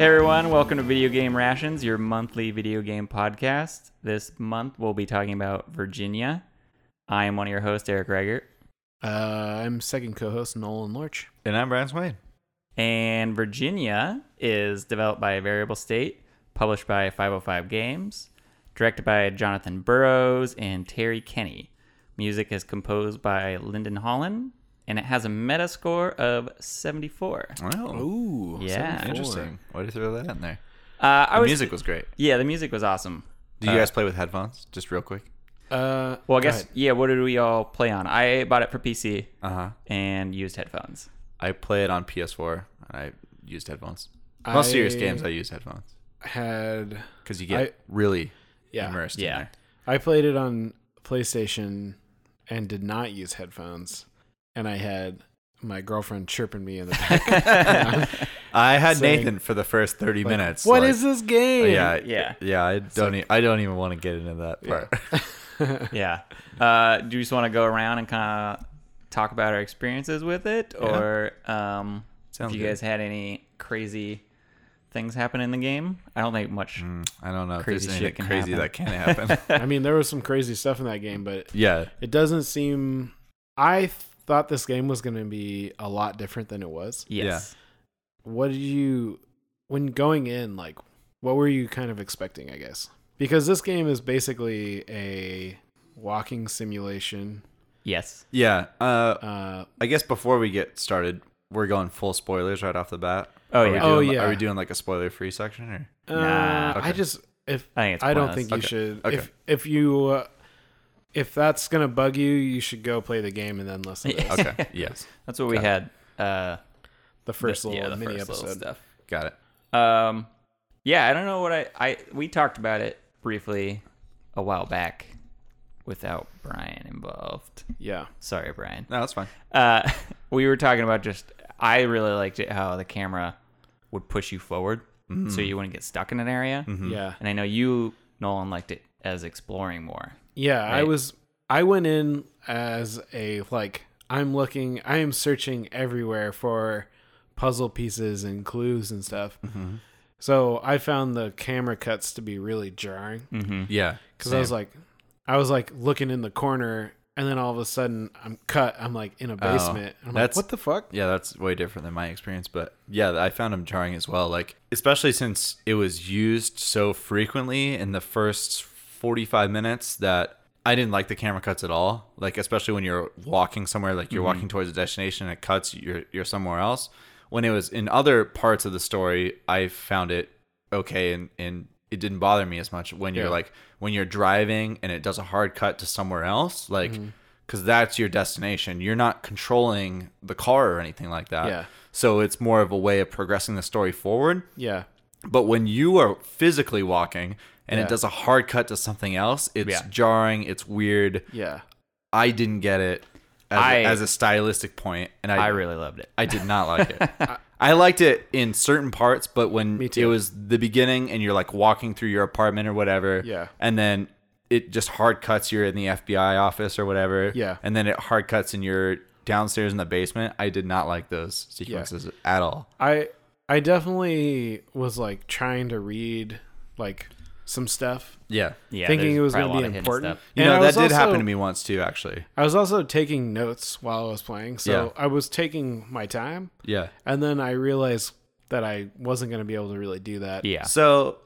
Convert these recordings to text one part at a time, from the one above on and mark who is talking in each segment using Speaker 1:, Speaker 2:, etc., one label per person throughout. Speaker 1: Hey everyone, welcome to Video Game Rations, your monthly video game podcast. This month we'll be talking about Virginia. I am one of your hosts, Eric Reichert.
Speaker 2: Uh, I'm second co-host Nolan Lorch.
Speaker 3: And I'm Brian Swain.
Speaker 1: And Virginia is developed by Variable State, published by 505 Games, directed by Jonathan Burrows and Terry Kenny. Music is composed by Lyndon Holland, and it has a meta score of 74.
Speaker 3: Wow.
Speaker 2: Ooh,
Speaker 1: Yeah.
Speaker 3: Interesting. Why did you throw that in there?
Speaker 1: Uh, I
Speaker 3: The
Speaker 1: was,
Speaker 3: music was great. Uh,
Speaker 1: Yeah, the music was awesome.
Speaker 3: Do you guys play with headphones? Just real quick.
Speaker 2: Uh,
Speaker 1: Well, I
Speaker 2: go
Speaker 1: guess,
Speaker 2: ahead.
Speaker 1: yeah, what did we all play on? I bought it for PC
Speaker 3: Uh huh.
Speaker 1: and used headphones.
Speaker 3: I play it on PS4 and I used headphones. Most serious
Speaker 2: I-
Speaker 3: games, I use headphones
Speaker 2: had
Speaker 3: because you get
Speaker 2: I-
Speaker 3: really
Speaker 2: Yeah.
Speaker 3: immersed
Speaker 1: Yeah.
Speaker 3: in there.
Speaker 2: I played it on PlayStation and did not use headphones, and I had my girlfriend chirping me in the back.
Speaker 3: I had
Speaker 2: Saying-
Speaker 3: Nathan for the first 30 minutes.
Speaker 2: What
Speaker 3: like- oh,
Speaker 2: is this game?
Speaker 3: Yeah,
Speaker 1: Yeah.
Speaker 3: yeah, yeah. I don't. E- I don't even want to get into that part.
Speaker 1: Yeah. Uh, do you just want to go around and kind of talk about our experiences with it, or um, if
Speaker 3: Sounds
Speaker 1: you
Speaker 3: good.
Speaker 1: guys had any crazy things happen in the game? I don't think much.
Speaker 3: I don't know Mm, if
Speaker 1: Crazy
Speaker 3: there's
Speaker 1: shit can
Speaker 3: anything crazy
Speaker 1: happen.
Speaker 3: that can happen.
Speaker 2: I mean, there was some crazy stuff in that game, but
Speaker 3: yeah,
Speaker 2: it doesn't seem. I thought this game was going to be a lot different than it was.
Speaker 1: Yes.
Speaker 2: what did you when going in like what were you kind of expecting i guess because this game is basically a walking simulation
Speaker 1: Yes.
Speaker 3: yeah. Uh,
Speaker 2: uh
Speaker 3: I guess before we get started, we're going full spoilers right off the bat.
Speaker 1: Oh,
Speaker 3: Are we
Speaker 1: yeah.
Speaker 3: doing-
Speaker 2: Oh, yeah.
Speaker 3: Are we doing like a spoiler free section or?
Speaker 1: Nah,
Speaker 2: uh, i
Speaker 3: okay.
Speaker 2: just if
Speaker 1: I think it's.
Speaker 2: i don't
Speaker 1: pointless.
Speaker 2: think you
Speaker 3: Okay,
Speaker 2: should
Speaker 3: okay.
Speaker 2: if if you uh, if that's gonna bug you you should go play the game and then listen to this,
Speaker 3: Okay. yes.
Speaker 1: That's what we had. Uh,
Speaker 2: the first
Speaker 1: the-
Speaker 2: little
Speaker 1: yeah, the
Speaker 2: mini
Speaker 1: first little
Speaker 2: episode
Speaker 1: stuff.
Speaker 3: Got it.
Speaker 1: Um, yeah, I don't know what I, I we talked about it briefly a while back without Brian involved.
Speaker 2: yeah
Speaker 1: Sorry, Brian.
Speaker 3: No, that's fine.
Speaker 1: uh, we were talking about just I really liked it how the camera would push you forward
Speaker 3: Mm-hmm.
Speaker 1: so you wouldn't get stuck in an area.
Speaker 2: yeah
Speaker 1: And I know you, Nolan, liked it as exploring more.
Speaker 2: Yeah, I
Speaker 1: Right.
Speaker 2: was I went in as a like I'm looking I am searching everywhere for puzzle pieces and clues and stuff.
Speaker 1: Mm-hmm.
Speaker 2: So I found the camera cuts to be really jarring
Speaker 1: Mm,
Speaker 3: Yeah.
Speaker 2: cuz Mm-hmm. I was like I was like looking in the corner and then all of a sudden I'm cut I'm like
Speaker 1: Oh,
Speaker 2: in a basement. I'm like
Speaker 3: that's-
Speaker 2: what the fuck?
Speaker 3: Yeah, that's way different than my experience, but yeah, I found him jarring as well. Like, especially since it was used so frequently in the first 45 minutes that I didn't like the camera cuts at all. Like, especially when you're walking somewhere, like
Speaker 2: Mm-hmm.
Speaker 3: you're walking towards a destination, it cuts, you're you're somewhere else. When it was in other parts of the story, I found it okay and and it didn't bother me as much when
Speaker 2: Yeah.
Speaker 3: you're like when you're driving and it does a hard cut to somewhere else, like because that's your destination. You're not controlling the car or anything like that.
Speaker 2: Yeah.
Speaker 3: So it's more of a way of progressing the story forward.
Speaker 2: Yeah.
Speaker 3: But when you are physically walking and
Speaker 2: Yeah.
Speaker 3: it does a hard cut to something else, it's
Speaker 1: Yeah.
Speaker 3: jarring. It's weird.
Speaker 2: Yeah.
Speaker 3: I didn't get it as, a-
Speaker 1: I-
Speaker 3: as a stylistic point, and
Speaker 1: I
Speaker 3: I
Speaker 1: really loved it.
Speaker 3: I did not like it. I- I liked it in certain parts, but when it
Speaker 2: too.
Speaker 3: was the beginning and you're like walking through your apartment or whatever,
Speaker 2: Yeah.
Speaker 3: and then it just hard cuts you're in the FBI office or whatever,
Speaker 2: Yeah.
Speaker 3: and then it hard cuts and you're downstairs in the basement. I did not like those sequences at all.
Speaker 2: I I definitely was like trying to read like some stuff
Speaker 3: Yeah,
Speaker 1: Yeah,
Speaker 2: thinking
Speaker 1: there's
Speaker 2: it was
Speaker 1: probably
Speaker 2: going
Speaker 1: a lot of
Speaker 2: to be
Speaker 1: hidden
Speaker 2: important.
Speaker 1: stuff.
Speaker 3: you
Speaker 2: And I
Speaker 3: know that
Speaker 2: was
Speaker 3: did happen
Speaker 2: also-
Speaker 3: to me once too, actually.
Speaker 2: I was also taking notes while I was playing, so
Speaker 3: Yeah.
Speaker 2: I was taking my time,
Speaker 3: Yeah.
Speaker 2: and then I realized that I wasn't going to be able to really do that.
Speaker 1: Yeah,
Speaker 3: So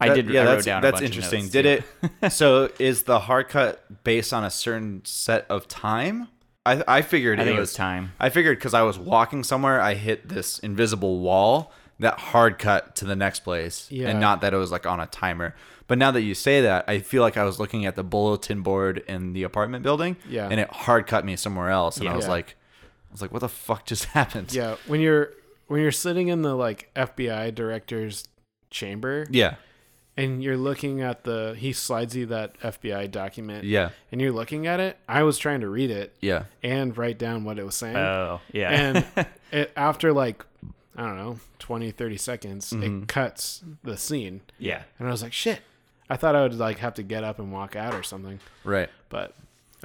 Speaker 1: I
Speaker 3: That-
Speaker 1: did.
Speaker 3: Yeah,
Speaker 1: I wrote
Speaker 3: that's
Speaker 1: down. a
Speaker 3: that's
Speaker 1: bunch of
Speaker 3: interesting.
Speaker 1: notes,
Speaker 3: Did
Speaker 1: too.
Speaker 3: it? so is the hard cut based on a certain set of time? I I figured
Speaker 1: I
Speaker 3: it,
Speaker 1: think it
Speaker 3: was
Speaker 1: was time.
Speaker 3: I figured because I was walking somewhere, I hit this invisible wall that hard cut to the next place,
Speaker 2: Yeah.
Speaker 3: and not that it was like on a timer. But now that you say that, I feel like I was looking at the bulletin board in the apartment building,
Speaker 2: Yeah.
Speaker 3: and it hard cut me somewhere else, and I
Speaker 1: Yeah.
Speaker 3: was
Speaker 2: Yeah.
Speaker 3: like, I was like, what the fuck just happened?
Speaker 2: yeah. When you're when you're sitting in the like FBI director's chamber,
Speaker 3: yeah,
Speaker 2: and you're looking at the he slides you that FBI document,
Speaker 3: yeah,
Speaker 2: and you're looking at it. I was trying to read it
Speaker 3: yeah.
Speaker 2: and write down what it was saying,
Speaker 1: Oh, yeah.
Speaker 2: and it, after like I don't know 20, 30 seconds,
Speaker 3: Mm-hmm.
Speaker 2: it cuts the scene,
Speaker 1: yeah.
Speaker 2: and I was like, shit. I thought I would like have to get up and walk out or something.
Speaker 3: Right.
Speaker 2: But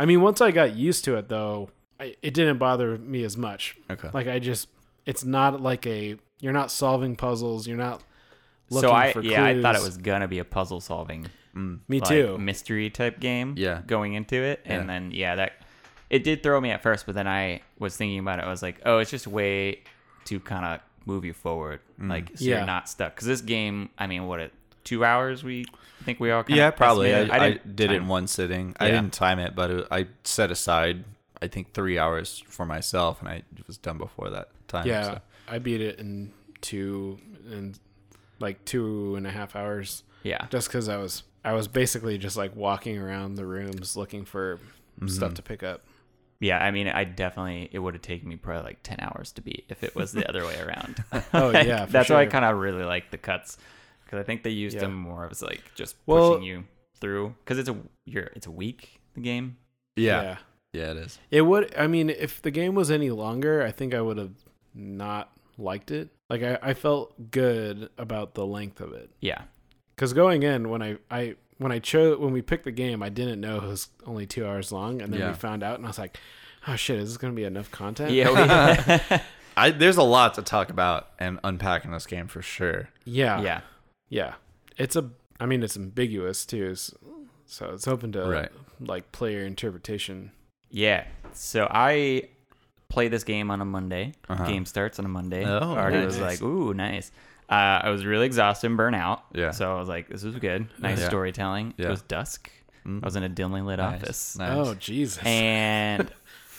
Speaker 2: I mean, once I got used to it, though, I, it didn't bother me as much.
Speaker 3: Okay.
Speaker 2: Like I just, it's not like a you're not solving puzzles. You're not looking
Speaker 1: so I
Speaker 2: for
Speaker 1: yeah, I thought it
Speaker 2: clues.
Speaker 1: was gonna be a puzzle solving
Speaker 2: me
Speaker 1: like,
Speaker 2: too.
Speaker 1: mystery type game.
Speaker 3: Yeah.
Speaker 1: Going into it.
Speaker 3: Yeah.
Speaker 1: And then yeah, that it did throw me at first, but then I was thinking about it, I was like, oh, it's just a way to kinda move you forward.
Speaker 3: Mm.
Speaker 1: Like so
Speaker 2: Yeah.
Speaker 1: you're not stuck. Because this game, I mean, what it two hours we think we all kinda
Speaker 3: yeah, probably. I,
Speaker 1: estimated?
Speaker 3: I,
Speaker 1: didn't
Speaker 3: did it
Speaker 1: time-
Speaker 3: in one sitting. I
Speaker 1: Yeah.
Speaker 3: didn't time it, but it, I set aside I think three hours for myself, and I was done before that time.
Speaker 2: yeah,
Speaker 3: so.
Speaker 2: I beat it in two and like two and a half hours,
Speaker 1: Yeah.
Speaker 2: just because I was I was basically just like walking around the rooms looking for
Speaker 1: Mm-hmm.
Speaker 2: stuff to pick up.
Speaker 1: Yeah, I mean, I definitely it would have taken me probably like ten hours to beat if it was the other way around.
Speaker 2: Oh,
Speaker 1: Like,
Speaker 2: yeah, for
Speaker 1: that's why I
Speaker 2: sure.
Speaker 1: kind of really like the cuts because I think they used
Speaker 2: Yeah.
Speaker 1: them more as like just
Speaker 2: Well-
Speaker 1: pushing you through because it's a you're it's a week the game.
Speaker 3: yeah, yeah, it is.
Speaker 2: It would. I mean, if the game was any longer, I think I would have not liked it. Like I, I felt good about the length of it
Speaker 1: Yeah,
Speaker 2: because going in when I, I when I chose when we picked the game, I didn't know it was only two hours long, and then
Speaker 3: Yeah.
Speaker 2: we found out, and I was like, oh shit, is this gonna be enough content?
Speaker 1: yeah,
Speaker 3: I there's a lot to talk about and unpack in this game for sure.
Speaker 2: yeah,
Speaker 1: we, yeah.
Speaker 2: yeah. It's a. I mean, it's ambiguous too, s- so it's open to
Speaker 3: Right.
Speaker 2: like player interpretation.
Speaker 1: Yeah. So I play this game on a Monday.
Speaker 3: Uh-huh.
Speaker 1: Game starts on a Monday.
Speaker 3: Oh,
Speaker 1: Already
Speaker 3: nice.
Speaker 1: was like, ooh, nice. Uh, I was really exhausted and burnt out.
Speaker 3: Yeah.
Speaker 1: So I was like, this is good. Nice
Speaker 3: Yeah.
Speaker 1: storytelling.
Speaker 3: Yeah. Mm.
Speaker 1: It was dusk. I was in a dimly lit
Speaker 3: Nice,
Speaker 1: office.
Speaker 3: nice.
Speaker 2: Oh Jesus!
Speaker 1: And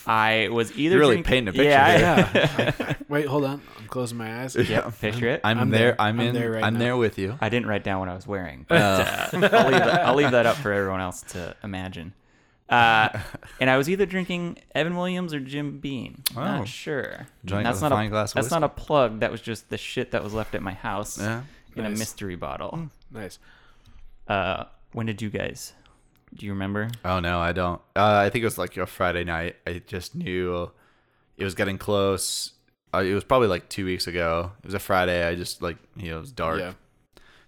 Speaker 1: I was either
Speaker 3: You're really
Speaker 1: drink-
Speaker 3: painting a picture
Speaker 1: Yeah.
Speaker 3: here.
Speaker 2: yeah. Wait, hold on. I'm closing my eyes.
Speaker 1: I, yep. Picture it.
Speaker 3: I'm,
Speaker 2: I'm
Speaker 3: there.
Speaker 2: there.
Speaker 3: I'm
Speaker 2: I'm
Speaker 3: in.
Speaker 2: there right
Speaker 3: I'm
Speaker 2: now.
Speaker 3: there with you.
Speaker 1: I didn't write down what I was wearing,
Speaker 3: Oh.
Speaker 1: but uh, I'll, leave that, I'll leave that up for everyone else to imagine. Uh, and I was either drinking Evan Williams or Jim Beam.
Speaker 3: Oh.
Speaker 1: Not sure.
Speaker 3: Drank
Speaker 1: that's
Speaker 3: with a
Speaker 1: not
Speaker 3: fine glass of
Speaker 1: that's
Speaker 3: whiskey.
Speaker 1: not a plug. That was just the shit that was left at my house
Speaker 3: Yeah. Hmm.
Speaker 1: in a
Speaker 2: Nice.
Speaker 1: mystery bottle.
Speaker 2: Nice.
Speaker 1: Uh, when did you guys? Do you remember?
Speaker 3: Oh no, I don't. Uh, I think it was like a Friday night. I just knew it was getting close. Uh, it was probably like two weeks ago. It was a Friday. I just like you know it was dark.
Speaker 2: Yeah.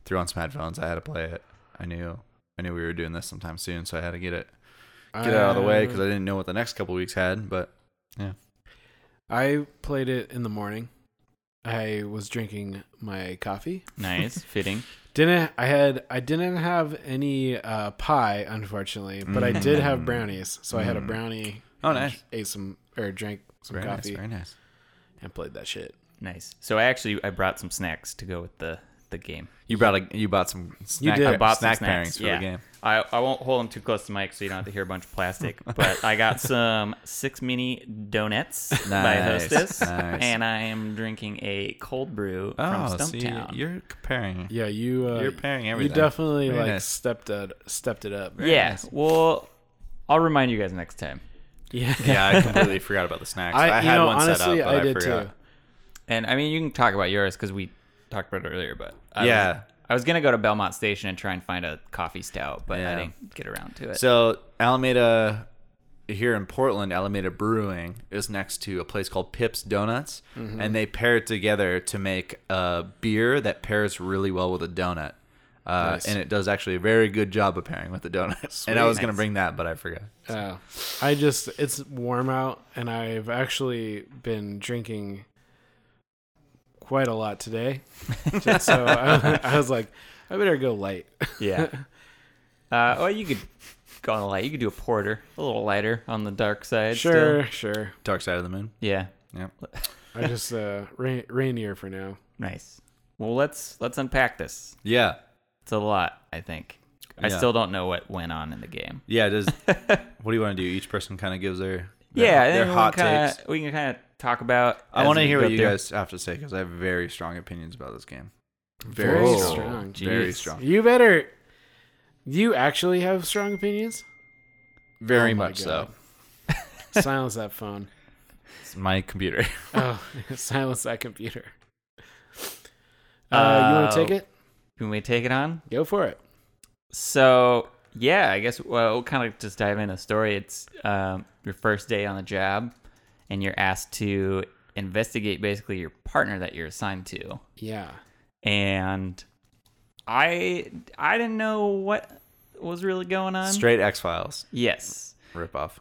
Speaker 3: Threw on some headphones. I had to play it. I knew. I knew we were doing this sometime soon, so I had to get it get it out of the
Speaker 2: Uh,
Speaker 3: way because I didn't know what the next couple weeks had. But
Speaker 2: I played it in the morning. I was drinking my coffee.
Speaker 1: Nice, fitting.
Speaker 2: Didn't I had I didn't have any uh, pie unfortunately, but I did have brownies. So I had a brownie.
Speaker 3: Mm. Oh,
Speaker 2: and
Speaker 3: nice.
Speaker 2: Ate some or drank some
Speaker 3: very
Speaker 2: coffee
Speaker 3: nice, very nice.
Speaker 2: and played that shit.
Speaker 1: Nice. So I actually I brought some snacks to go with the the game.
Speaker 3: You brought a you bought some snack,
Speaker 2: did.
Speaker 3: I
Speaker 2: I
Speaker 3: bought
Speaker 1: bought some
Speaker 3: snack
Speaker 1: snacks,
Speaker 3: pairings for the game.
Speaker 1: I, I won't hold them too close to Mike so you don't have to hear a bunch of plastic. But I got some six mini donuts by
Speaker 3: Nice,
Speaker 1: Hostess,
Speaker 3: nice.
Speaker 1: and I am drinking a cold brew
Speaker 3: Oh,
Speaker 1: from
Speaker 3: see,
Speaker 1: Stumptown.
Speaker 3: you're comparing.
Speaker 2: Yeah, you uh,
Speaker 3: You're pairing
Speaker 2: You
Speaker 3: everything.
Speaker 2: definitely
Speaker 3: Very
Speaker 2: like
Speaker 3: nice.
Speaker 2: stepped it stepped it up.
Speaker 1: yeah. Well, I'll remind you guys next time.
Speaker 2: Yeah.
Speaker 3: yeah, I completely forgot about the snacks. I,
Speaker 2: I, you
Speaker 3: had
Speaker 2: know,
Speaker 3: one
Speaker 2: honestly,
Speaker 3: set up, but
Speaker 2: I
Speaker 3: I,
Speaker 2: did
Speaker 3: forgot.
Speaker 2: too.
Speaker 1: And I mean, you can talk about yours because we talked about it earlier. But I
Speaker 3: Yeah.
Speaker 1: was, I was gonna go to Belmont Station and try and find a coffee stout, but
Speaker 3: Yeah.
Speaker 1: I didn't get around to it.
Speaker 3: So Alameda here in Portland, Alameda Brewing is next to a place called Pips Donuts,
Speaker 1: Mm-hmm.
Speaker 3: and they pair it together to make a beer that pairs really well with a donut. Uh,
Speaker 2: Nice.
Speaker 3: And it does actually a very good job of pairing with the donut. And I was going to
Speaker 1: Nice.
Speaker 3: bring that, but I forgot.
Speaker 2: Uh, I just it's warm out, and I've actually been drinking quite a lot today. Just so I, I was like, I better go light.
Speaker 1: Yeah. uh, well, you could go on a light. You could do a porter, a little lighter on the dark side. still.
Speaker 2: sure, sure.
Speaker 3: Dark Side of the Moon.
Speaker 1: Yeah.
Speaker 3: Yep.
Speaker 2: I just uh, rain, rainier for now.
Speaker 1: Nice. Well, let's let's unpack this.
Speaker 3: Yeah.
Speaker 1: It's a lot, I think. I
Speaker 3: Yeah.
Speaker 1: still don't know what went on in the game.
Speaker 3: Yeah. It is. what do you want to do? Each person kind of gives their, their
Speaker 1: yeah, and
Speaker 3: their
Speaker 1: then we
Speaker 3: hot
Speaker 1: can kinda,
Speaker 3: takes.
Speaker 1: We can kind of talk about.
Speaker 3: I
Speaker 1: as
Speaker 3: want to
Speaker 1: we
Speaker 3: hear
Speaker 1: go
Speaker 3: what you
Speaker 1: through.
Speaker 3: guys have to say because I have very strong opinions about this game.
Speaker 2: Very
Speaker 3: Whoa.
Speaker 2: strong.
Speaker 3: Very
Speaker 1: Jeez. Oh
Speaker 3: strong.
Speaker 2: You better. You actually have strong opinions.
Speaker 3: Very
Speaker 2: Oh my
Speaker 3: much so.
Speaker 2: God. silence that phone.
Speaker 3: It's my computer.
Speaker 2: Oh, silence that computer. Uh, you want
Speaker 1: Uh,
Speaker 2: to take it?
Speaker 1: Can we take it on?
Speaker 2: Go for it.
Speaker 1: So yeah, I guess well, we'll kind of just dive into the story. It's um, your first day on the job, and you're asked to investigate basically your partner that you're assigned to.
Speaker 2: Yeah.
Speaker 1: and I I didn't know what was really going on.
Speaker 3: Straight X Files
Speaker 1: Yes.
Speaker 3: rip off.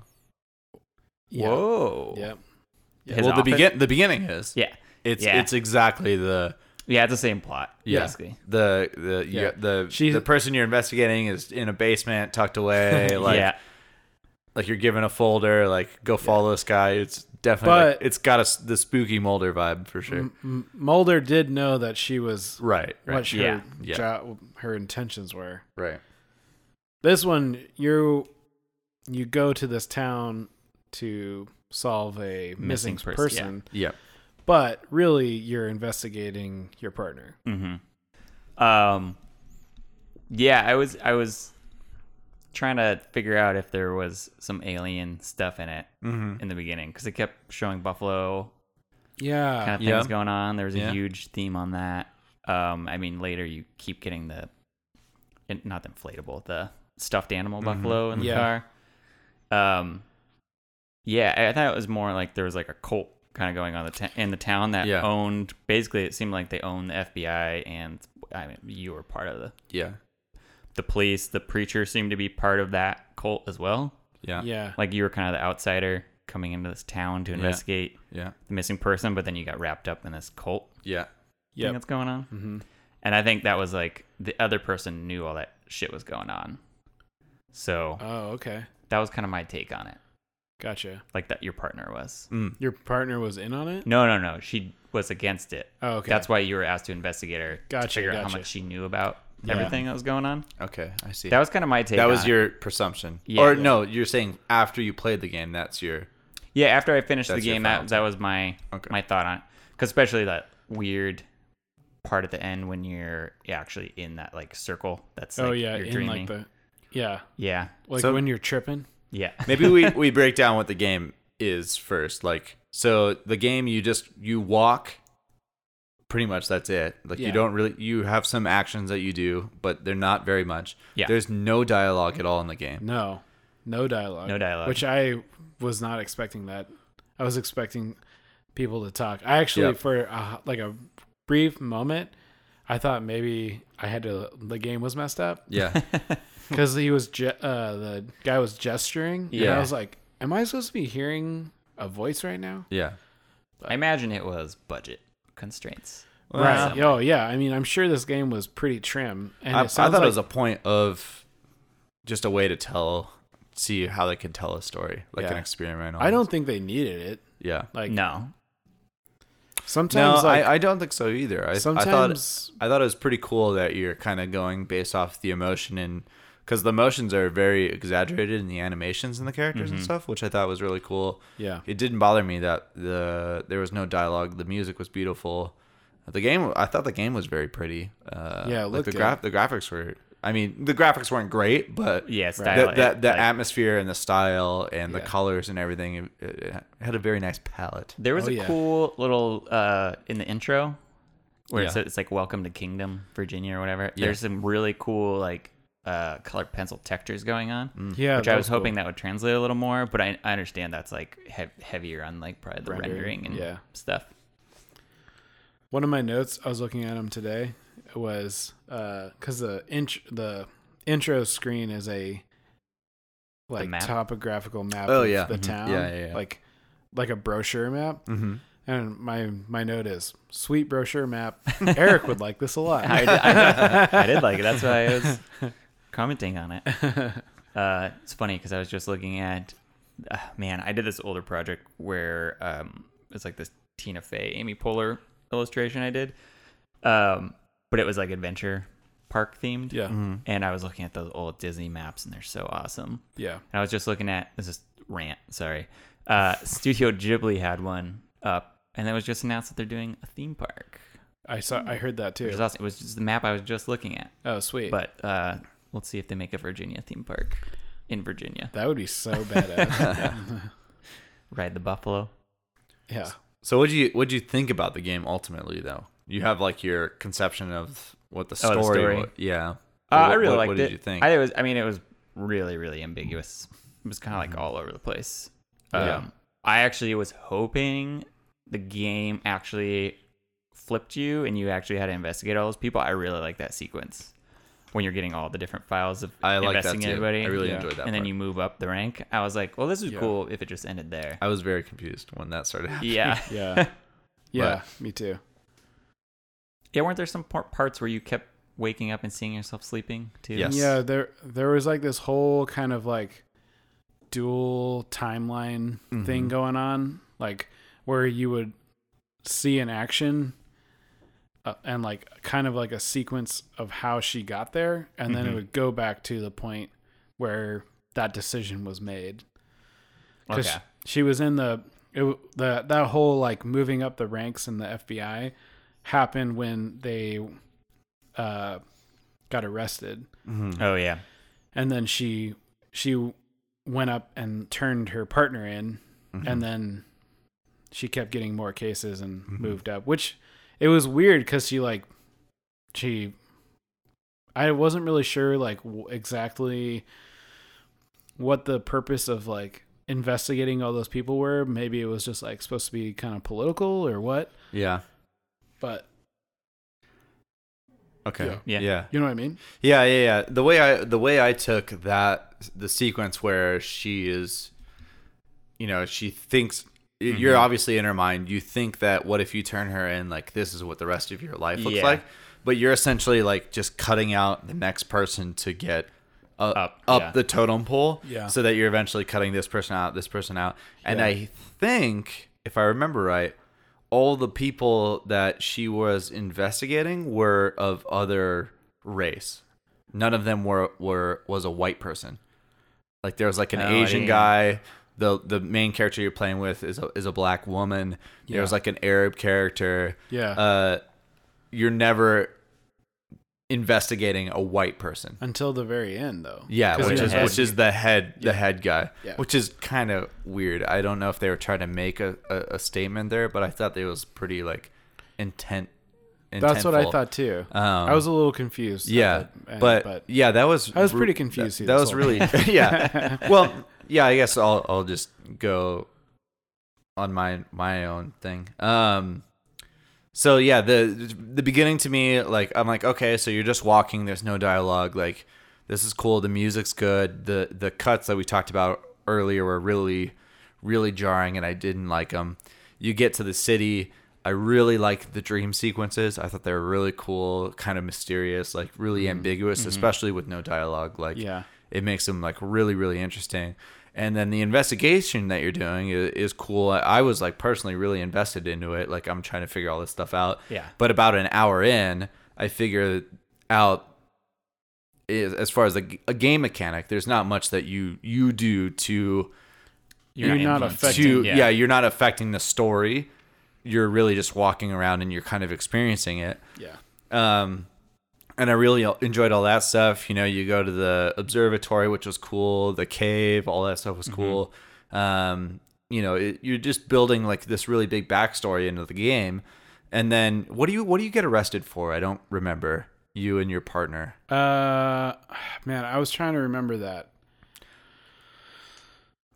Speaker 2: Yeah.
Speaker 1: Whoa.
Speaker 2: Yep.
Speaker 1: His
Speaker 3: well, the
Speaker 1: office-
Speaker 3: begin the beginning is
Speaker 1: Yeah.
Speaker 3: it's
Speaker 1: Yeah.
Speaker 3: it's exactly the
Speaker 1: Yeah, it's the same plot.
Speaker 3: Yeah.
Speaker 1: Basically.
Speaker 3: The the you
Speaker 2: Yeah.
Speaker 3: got the
Speaker 2: She-
Speaker 3: the person you're investigating is in a basement tucked away. Like
Speaker 1: yeah.
Speaker 3: like you're given a folder. Like go follow this guy. It's definitely like,
Speaker 2: But-
Speaker 3: it's got a s the spooky Mulder vibe for sure.
Speaker 2: M- Mulder did know that she was
Speaker 3: right. Right.
Speaker 2: what her
Speaker 1: yeah,
Speaker 3: yeah.
Speaker 2: jo- her intentions were.
Speaker 3: right.
Speaker 2: This one, you you go to this town to solve a missing,
Speaker 1: Missing pers- yeah.
Speaker 2: person,
Speaker 3: Yeah.
Speaker 2: but really you're investigating your partner.
Speaker 1: Mm-hmm. Um. Yeah, I was I was trying to figure out if there was some alien stuff in it
Speaker 3: Mm-hmm.
Speaker 1: in the beginning because it kept showing buffalo
Speaker 2: Yeah,
Speaker 1: kind of
Speaker 3: Uh, yeah.
Speaker 1: things going on. There was a
Speaker 3: Yeah.
Speaker 1: huge theme on that. Um, I mean, later you keep getting the in- not the inflatable, the stuffed animal
Speaker 3: Mm-hmm.
Speaker 1: buffalo in the
Speaker 2: Yeah.
Speaker 1: car. Um, yeah, I, I thought it was more like there was like a cult kind of going on the t- in the town that
Speaker 3: Yeah.
Speaker 1: owned. Basically, it seemed like they owned the FBI, and I mean, you were part of the
Speaker 3: Yeah.
Speaker 1: the police. The preacher seemed to be part of that cult as well.
Speaker 3: Yeah. Yeah.
Speaker 2: yeah,
Speaker 1: Like you were kind of the outsider coming into this town to investigate
Speaker 3: Yeah.
Speaker 1: the missing person, but then you got wrapped up in this cult
Speaker 3: Yeah.
Speaker 1: thing
Speaker 2: yep.
Speaker 1: that's going on.
Speaker 2: hmm
Speaker 1: And I think that was like the other person knew all that shit was going on. So
Speaker 2: Oh, okay,
Speaker 1: that was kind of my take on it.
Speaker 2: gotcha.
Speaker 1: Like that your partner was.
Speaker 3: Mm.
Speaker 2: Your partner was in on it.
Speaker 1: No, no, no. She was against it.
Speaker 2: Oh, okay,
Speaker 1: That's why you were asked to investigate her to
Speaker 2: Gotcha,
Speaker 1: figure out how
Speaker 2: gotcha.
Speaker 1: much she knew about
Speaker 2: Yeah.
Speaker 1: everything that was going on.
Speaker 3: Okay. I see.
Speaker 1: That was kind of my take.
Speaker 3: that
Speaker 1: on
Speaker 3: was
Speaker 1: it.
Speaker 3: your presumption.
Speaker 1: Yeah.
Speaker 3: or
Speaker 1: Yeah.
Speaker 3: no, you're saying after you played the game, that's your
Speaker 1: yeah. After I finished the
Speaker 3: That's your
Speaker 1: game,
Speaker 3: final
Speaker 1: that that was my
Speaker 3: Okay.
Speaker 1: my thought on it. Because especially that weird part at the end when you're actually in that like circle. That's like,
Speaker 2: oh yeah,
Speaker 1: you're
Speaker 2: in
Speaker 1: dreaming.
Speaker 2: like the yeah,
Speaker 1: yeah,
Speaker 2: like
Speaker 3: So-
Speaker 2: when you're tripping.
Speaker 1: yeah.
Speaker 3: Maybe we we break down what the game is first. Like so the game you just you walk pretty much that's it. Like
Speaker 2: Yeah.
Speaker 3: you don't really you have some actions that you do, but they're not very much.
Speaker 1: Yeah.
Speaker 3: There's no dialogue at all in the game.
Speaker 2: No, no dialogue.
Speaker 1: No dialogue.
Speaker 2: Which I was not expecting that. I was expecting people to talk. I actually,
Speaker 3: Yep.
Speaker 2: for a, like a brief moment, I thought maybe I had to. The game was messed up
Speaker 3: Yeah.
Speaker 2: because he was ge- uh, the guy was gesturing. Yeah,
Speaker 3: Yeah.
Speaker 2: I was like, am I supposed to be hearing a voice right now?
Speaker 3: yeah.
Speaker 1: I imagine it was budget constraints.
Speaker 3: Well,
Speaker 2: right. Oh yeah. I mean, I'm sure this game was pretty trim. And
Speaker 3: I, I
Speaker 2: it
Speaker 3: thought
Speaker 2: sounds
Speaker 3: it
Speaker 2: like-
Speaker 3: was a point of just a way to tell see how they could tell a story, like an
Speaker 2: Yeah.
Speaker 3: experiment.
Speaker 2: I
Speaker 3: almost.
Speaker 2: don't think they needed it.
Speaker 3: Yeah.
Speaker 2: Like
Speaker 1: No.
Speaker 3: No,
Speaker 2: sometimes, like
Speaker 3: I, I don't think so either. I, I thought
Speaker 2: sometimes
Speaker 3: I thought it was pretty cool that you're kind of going based off the emotion and because the emotions are very exaggerated in the animations and the characters and stuff, which I thought was really cool.
Speaker 2: yeah.
Speaker 3: It didn't bother me that the there was no dialogue. The music was beautiful. The game, I thought the game was very pretty. Uh,
Speaker 2: Yeah, it
Speaker 3: like the
Speaker 2: looked
Speaker 3: graph, the graphics were. I mean, the graphics weren't great, but
Speaker 1: Yeah, it's
Speaker 3: the,
Speaker 1: dialect-
Speaker 3: the, the
Speaker 1: like-
Speaker 3: atmosphere and the style and the
Speaker 2: Yeah.
Speaker 3: colors and everything it, it had a very nice palette.
Speaker 1: There was
Speaker 2: Oh,
Speaker 1: a
Speaker 2: yeah.
Speaker 1: cool little uh, in the intro where it's,
Speaker 3: Yeah.
Speaker 1: it's like "Welcome to Kingdom, Virginia" or whatever.
Speaker 3: Yeah.
Speaker 1: There's some really cool like uh, colored pencil textures going on,
Speaker 2: Yeah,
Speaker 1: which
Speaker 2: Mm. Oh, that
Speaker 1: I was,
Speaker 2: cool.
Speaker 1: hoping that would translate a little more. But I, I understand that's like he- heavier on like probably the rendering,
Speaker 2: Rendering,
Speaker 1: and
Speaker 2: yeah.
Speaker 1: stuff.
Speaker 2: One of my notes I was looking at them today was because the int- the intro screen is a like
Speaker 1: map? Mm-hmm.
Speaker 2: topographical map.
Speaker 3: Oh,
Speaker 2: of
Speaker 3: yeah.
Speaker 2: the
Speaker 3: Mhm.
Speaker 2: town.
Speaker 3: Yeah, yeah, yeah.
Speaker 2: Like like a brochure map.
Speaker 3: Mm-hmm.
Speaker 2: And my my note is sweet brochure map. Eric would like this a lot.
Speaker 1: I, did- I, I did like it. That's why I was commenting on it. Uh, it's funny because I was just looking at, uh, man, I did this older project where um, it's like this Tina Fey, Amy Poehler illustration I did, um, but it was like adventure park themed.
Speaker 2: yeah,
Speaker 1: And I was looking at those old Disney maps, and they're so awesome.
Speaker 2: yeah.
Speaker 1: And I was just looking at this is rant, sorry. Uh, Studio Ghibli had one up, and it was just announced that they're doing a theme park.
Speaker 2: I saw. I heard that
Speaker 1: Which
Speaker 2: too.
Speaker 1: is awesome. It was just the map I was just looking at.
Speaker 2: Oh, sweet.
Speaker 1: But uh, let's see if they make a Virginia theme park in Virginia.
Speaker 2: that would be so badass.
Speaker 1: Ride the buffalo.
Speaker 2: yeah.
Speaker 3: So what do you what do you think about the game ultimately though? You have like your conception of what the
Speaker 1: Oh,
Speaker 3: story,
Speaker 1: the story.
Speaker 3: wa- yeah.
Speaker 1: Uh,
Speaker 3: What-
Speaker 1: I really
Speaker 3: what,
Speaker 1: liked
Speaker 3: what
Speaker 1: it.
Speaker 3: did you think?
Speaker 1: I it was. I mean, it was really, really ambiguous. It was kind of like all over the place. Um,
Speaker 3: Mm-hmm. Yeah.
Speaker 1: I actually was hoping the game actually flipped you and you actually had to investigate all those people. I really like that sequence when you're getting all the different files of
Speaker 3: I like that
Speaker 1: investigating
Speaker 3: too.
Speaker 1: everybody.
Speaker 3: I really
Speaker 2: Yeah.
Speaker 3: enjoyed that.
Speaker 1: and then
Speaker 3: part.
Speaker 1: you move up the rank. I was like, well, this is
Speaker 2: Yeah.
Speaker 1: cool if it just ended there.
Speaker 3: I was very confused when that started happening.
Speaker 1: yeah.
Speaker 2: Yeah. Yeah. Me too.
Speaker 1: Yeah, weren't there some par- parts where you kept waking up and seeing yourself sleeping too?
Speaker 3: Yes.
Speaker 2: Yeah, there there was like this whole kind of like dual timeline
Speaker 3: Mm-hmm.
Speaker 2: thing going on, like where you would see an action uh, and like kind of like a sequence of how she got there, and then it would go back to the point where that decision was made. 'Cause
Speaker 1: Okay.
Speaker 2: she was in the it, w- the that whole like moving up the ranks in the FBI happened when they uh got arrested
Speaker 1: Oh yeah.
Speaker 2: and then she she went up and turned her partner in
Speaker 3: Mm-hmm.
Speaker 2: and then she kept getting more cases and
Speaker 3: Mm-hmm.
Speaker 2: moved up which it was weird because she like she i wasn't really sure like w- exactly what the purpose of like investigating all those people were maybe it was just like supposed to be kind of political or what
Speaker 3: Yeah.
Speaker 2: but
Speaker 3: Okay.
Speaker 1: Yeah.
Speaker 3: Yeah.
Speaker 2: you know what i mean
Speaker 3: Yeah, yeah, yeah. The way I the way I took that the sequence where she is, you know, she thinks y- you're obviously in her mind. You think that what if you turn her in? Like this is what the rest of your life looks
Speaker 1: Yeah.
Speaker 3: like. But you're essentially like just cutting out the next person to get uh,
Speaker 1: Up,
Speaker 3: up
Speaker 1: yeah.
Speaker 3: the totem pole,
Speaker 2: Yeah.
Speaker 3: so that you're eventually cutting this person out, this person out. And
Speaker 2: Yeah.
Speaker 3: I think, if I remember right, all the people that she was investigating were of other race. None of them were were was a white person. Like there was like an
Speaker 1: Oh,
Speaker 3: Asian
Speaker 1: yeah.
Speaker 3: guy. The the main character you're playing with is a, is a black woman. There was
Speaker 2: Yeah.
Speaker 3: like an Arab character.
Speaker 2: yeah
Speaker 3: Uh, you're never investigating a white person.
Speaker 2: until the very end though
Speaker 3: Yeah,
Speaker 2: 'Cause
Speaker 3: which
Speaker 2: it
Speaker 3: is
Speaker 2: had-
Speaker 3: which is the head the head guy,
Speaker 2: Yeah.
Speaker 3: which is kind of weird. I don't know if they were trying to make a, a, a statement there, but I thought they was pretty like intent.
Speaker 2: That's what I
Speaker 3: intentful.
Speaker 2: thought too.
Speaker 3: Um,
Speaker 2: I was a little confused. at
Speaker 3: Yeah,
Speaker 2: the end,
Speaker 3: but, yeah, that was
Speaker 2: I was
Speaker 3: re-
Speaker 2: pretty confused through
Speaker 3: That, that
Speaker 2: this
Speaker 3: was
Speaker 2: whole
Speaker 3: really yeah. Well, yeah, I guess I'll I'll just go on my my own thing. Um, so yeah, the the beginning to me, like I'm like, okay, so you're just walking. There's no dialogue. Like this is cool. The music's good. The the cuts that we talked about earlier were really really jarring, and I didn't like them. You get to the city. I really like the dream sequences. I thought they were really cool, kind of mysterious, like really ambiguous, especially with no dialogue. Like
Speaker 2: Yeah.
Speaker 3: it makes them like really really interesting and then the investigation that you're doing is, is cool I, I was like personally really invested into it like i'm trying to figure all this stuff out
Speaker 1: Yeah.
Speaker 3: but about an hour in i figure out is, as far as a, g- a game mechanic there's not much that you you do to
Speaker 2: You're not
Speaker 1: influencing.
Speaker 2: affecting-
Speaker 3: to yeah. you're not affecting the story you're really just walking around and you're kind of experiencing it
Speaker 2: yeah,
Speaker 3: um, and I really enjoyed all that stuff. You know, you go to the observatory, which was cool. The cave, all that stuff was
Speaker 1: Mm-hmm.
Speaker 3: cool. Um, you know, it, you're just building like this really big backstory into the game. And then, what do you what do you get arrested for? I don't remember. You and your partner.
Speaker 2: Uh, man, I was trying to remember that.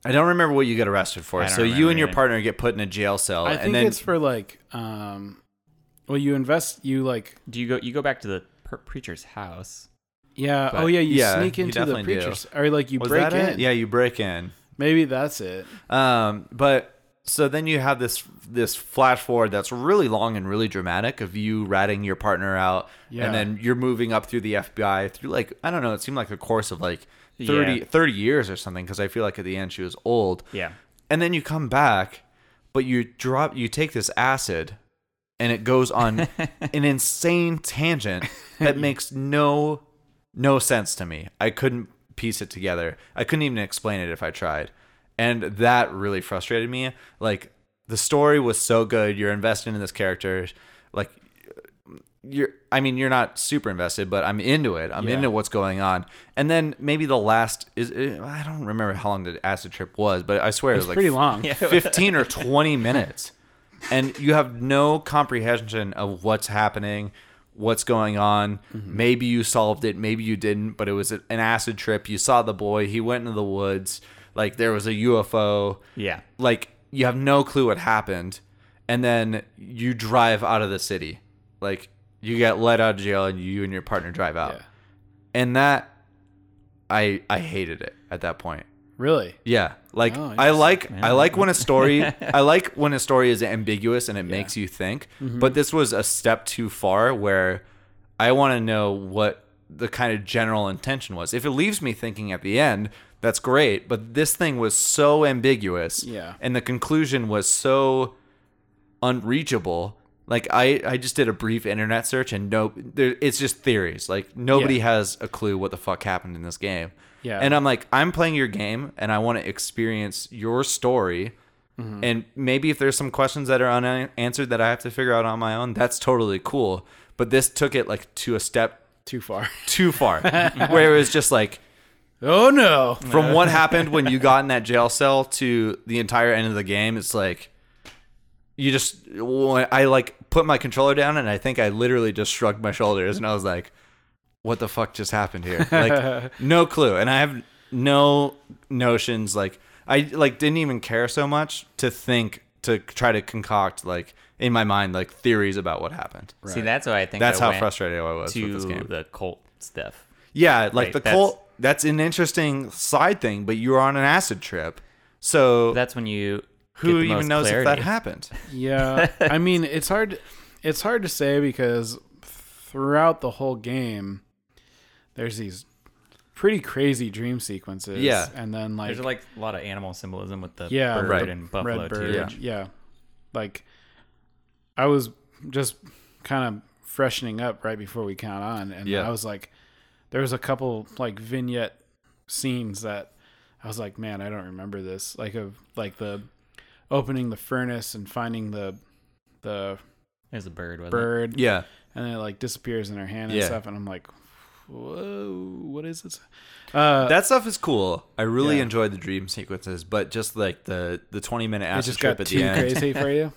Speaker 3: I don't remember what you get arrested for.
Speaker 1: I don't
Speaker 3: So you and
Speaker 1: remember
Speaker 3: your
Speaker 1: either.
Speaker 3: partner get put in a jail cell,
Speaker 2: I think
Speaker 3: Oh, and then
Speaker 2: it's for like, um, well, you invest, you like,
Speaker 1: Do you go? You go back to the per- preacher's house.
Speaker 2: yeah,
Speaker 1: But-
Speaker 2: oh yeah, you
Speaker 3: yeah,
Speaker 2: sneak
Speaker 3: you
Speaker 2: into the
Speaker 3: definitely do.
Speaker 2: preachers, or like you
Speaker 3: was
Speaker 2: break
Speaker 3: that it?
Speaker 2: in.
Speaker 3: Yeah, you break in.
Speaker 2: maybe that's it.
Speaker 3: Um, but so then you have this this flash forward that's really long and really dramatic of you ratting your partner out,
Speaker 2: Yeah.
Speaker 3: and then you're moving up through the FBI through like I don't know. It seemed like a course of like 30,
Speaker 1: Yeah.
Speaker 3: 30 years or something because I feel like at the end she was old.
Speaker 1: Yeah.
Speaker 3: And then you come back, but you drop you take this acid, and it goes on an insane tangent that makes no no sense to me. I couldn't piece it together. I couldn't even explain it if I tried. And that really frustrated me. Like the story was so good. You're invested in this character. Like you're I mean, you're not super invested, but I'm into it. I'm
Speaker 2: Yeah.
Speaker 3: into what's going on. And then maybe the last is I don't remember how long the acid trip was, but I swear it was,
Speaker 2: It's
Speaker 3: like
Speaker 2: pretty long.
Speaker 3: 15 or 20 minutes and you have no comprehension of what's happening what's going on maybe you solved it maybe you didn't but it was an acid trip you saw the boy he went into the woods like there was a ufo
Speaker 1: Yeah.
Speaker 3: like you have no clue what happened and then you drive out of the city like you get let out of jail and you and your partner drive out
Speaker 2: Yeah.
Speaker 3: and that i i hated it at that point
Speaker 2: Really?
Speaker 3: Yeah, like
Speaker 2: Oh,
Speaker 3: I like I like when a story I like when a story is ambiguous and it makes you think.
Speaker 2: Mm-hmm.
Speaker 3: But this was a step too far where I want to know what the kind of general intention was. If it leaves me thinking at the end, that's great, but this thing was so ambiguous.
Speaker 2: Yeah.
Speaker 3: And the conclusion was so unreachable. Like I I just did a brief internet search and no there it's just theories. Like nobody has a clue what the fuck happened in this game.
Speaker 2: Yeah.
Speaker 3: And I'm like, I'm playing your game and I want to experience your story. And maybe if there's some questions that are unanswered that I have to figure out on my own, that's totally cool. But this took it like to a step
Speaker 2: Too far.
Speaker 3: too far where it was just like
Speaker 2: Oh no.
Speaker 3: from what happened when you got in that jail cell to the entire end of the game, it's like you just when I like put my controller down and I think I literally just shrugged my shoulders and I was like, "What the fuck just happened here?" Like no clue, and I have no notions. Like I like didn't even care so much to think to try to concoct like in my mind like theories about what happened.
Speaker 1: See, that's why I think
Speaker 3: That's
Speaker 1: I
Speaker 3: how
Speaker 1: went
Speaker 3: frustrated I was with
Speaker 1: to
Speaker 3: this game.
Speaker 1: the cult stuff.
Speaker 3: Yeah, like
Speaker 1: Right,
Speaker 3: the
Speaker 1: that's-
Speaker 3: cult. That's an interesting side thing, but you were on an acid trip, so
Speaker 1: That's when you get
Speaker 3: who
Speaker 1: the most
Speaker 3: even knows if that
Speaker 1: clarity.
Speaker 3: happened?
Speaker 2: Yeah. I mean, it's hard it's hard to say because throughout the whole game there's these pretty crazy dream sequences
Speaker 3: Yeah.
Speaker 2: and then like
Speaker 1: There's like a lot of animal symbolism with the
Speaker 2: Yeah,
Speaker 1: bird
Speaker 3: Right.
Speaker 1: and buffalo too.
Speaker 3: bird.
Speaker 1: which-
Speaker 2: Yeah. Like I was just kind of freshening up right before we count on and
Speaker 3: Yeah.
Speaker 2: I was like there was a couple like vignette scenes that I was like, man, I don't remember this. Like of like the opening the furnace and finding the the
Speaker 1: There's a bird. Wasn't it?
Speaker 2: bird
Speaker 3: Yeah,
Speaker 2: and then it like disappears in her hand and
Speaker 3: Yeah.
Speaker 2: stuff and I'm like, Whoa, what is this? Uh
Speaker 3: that stuff is cool. I really
Speaker 2: Yeah.
Speaker 3: enjoyed the dream sequences, but just like the the twenty minute
Speaker 2: it
Speaker 3: acid
Speaker 2: just
Speaker 3: trip
Speaker 2: got
Speaker 3: at the
Speaker 2: too
Speaker 3: end,
Speaker 2: crazy for you.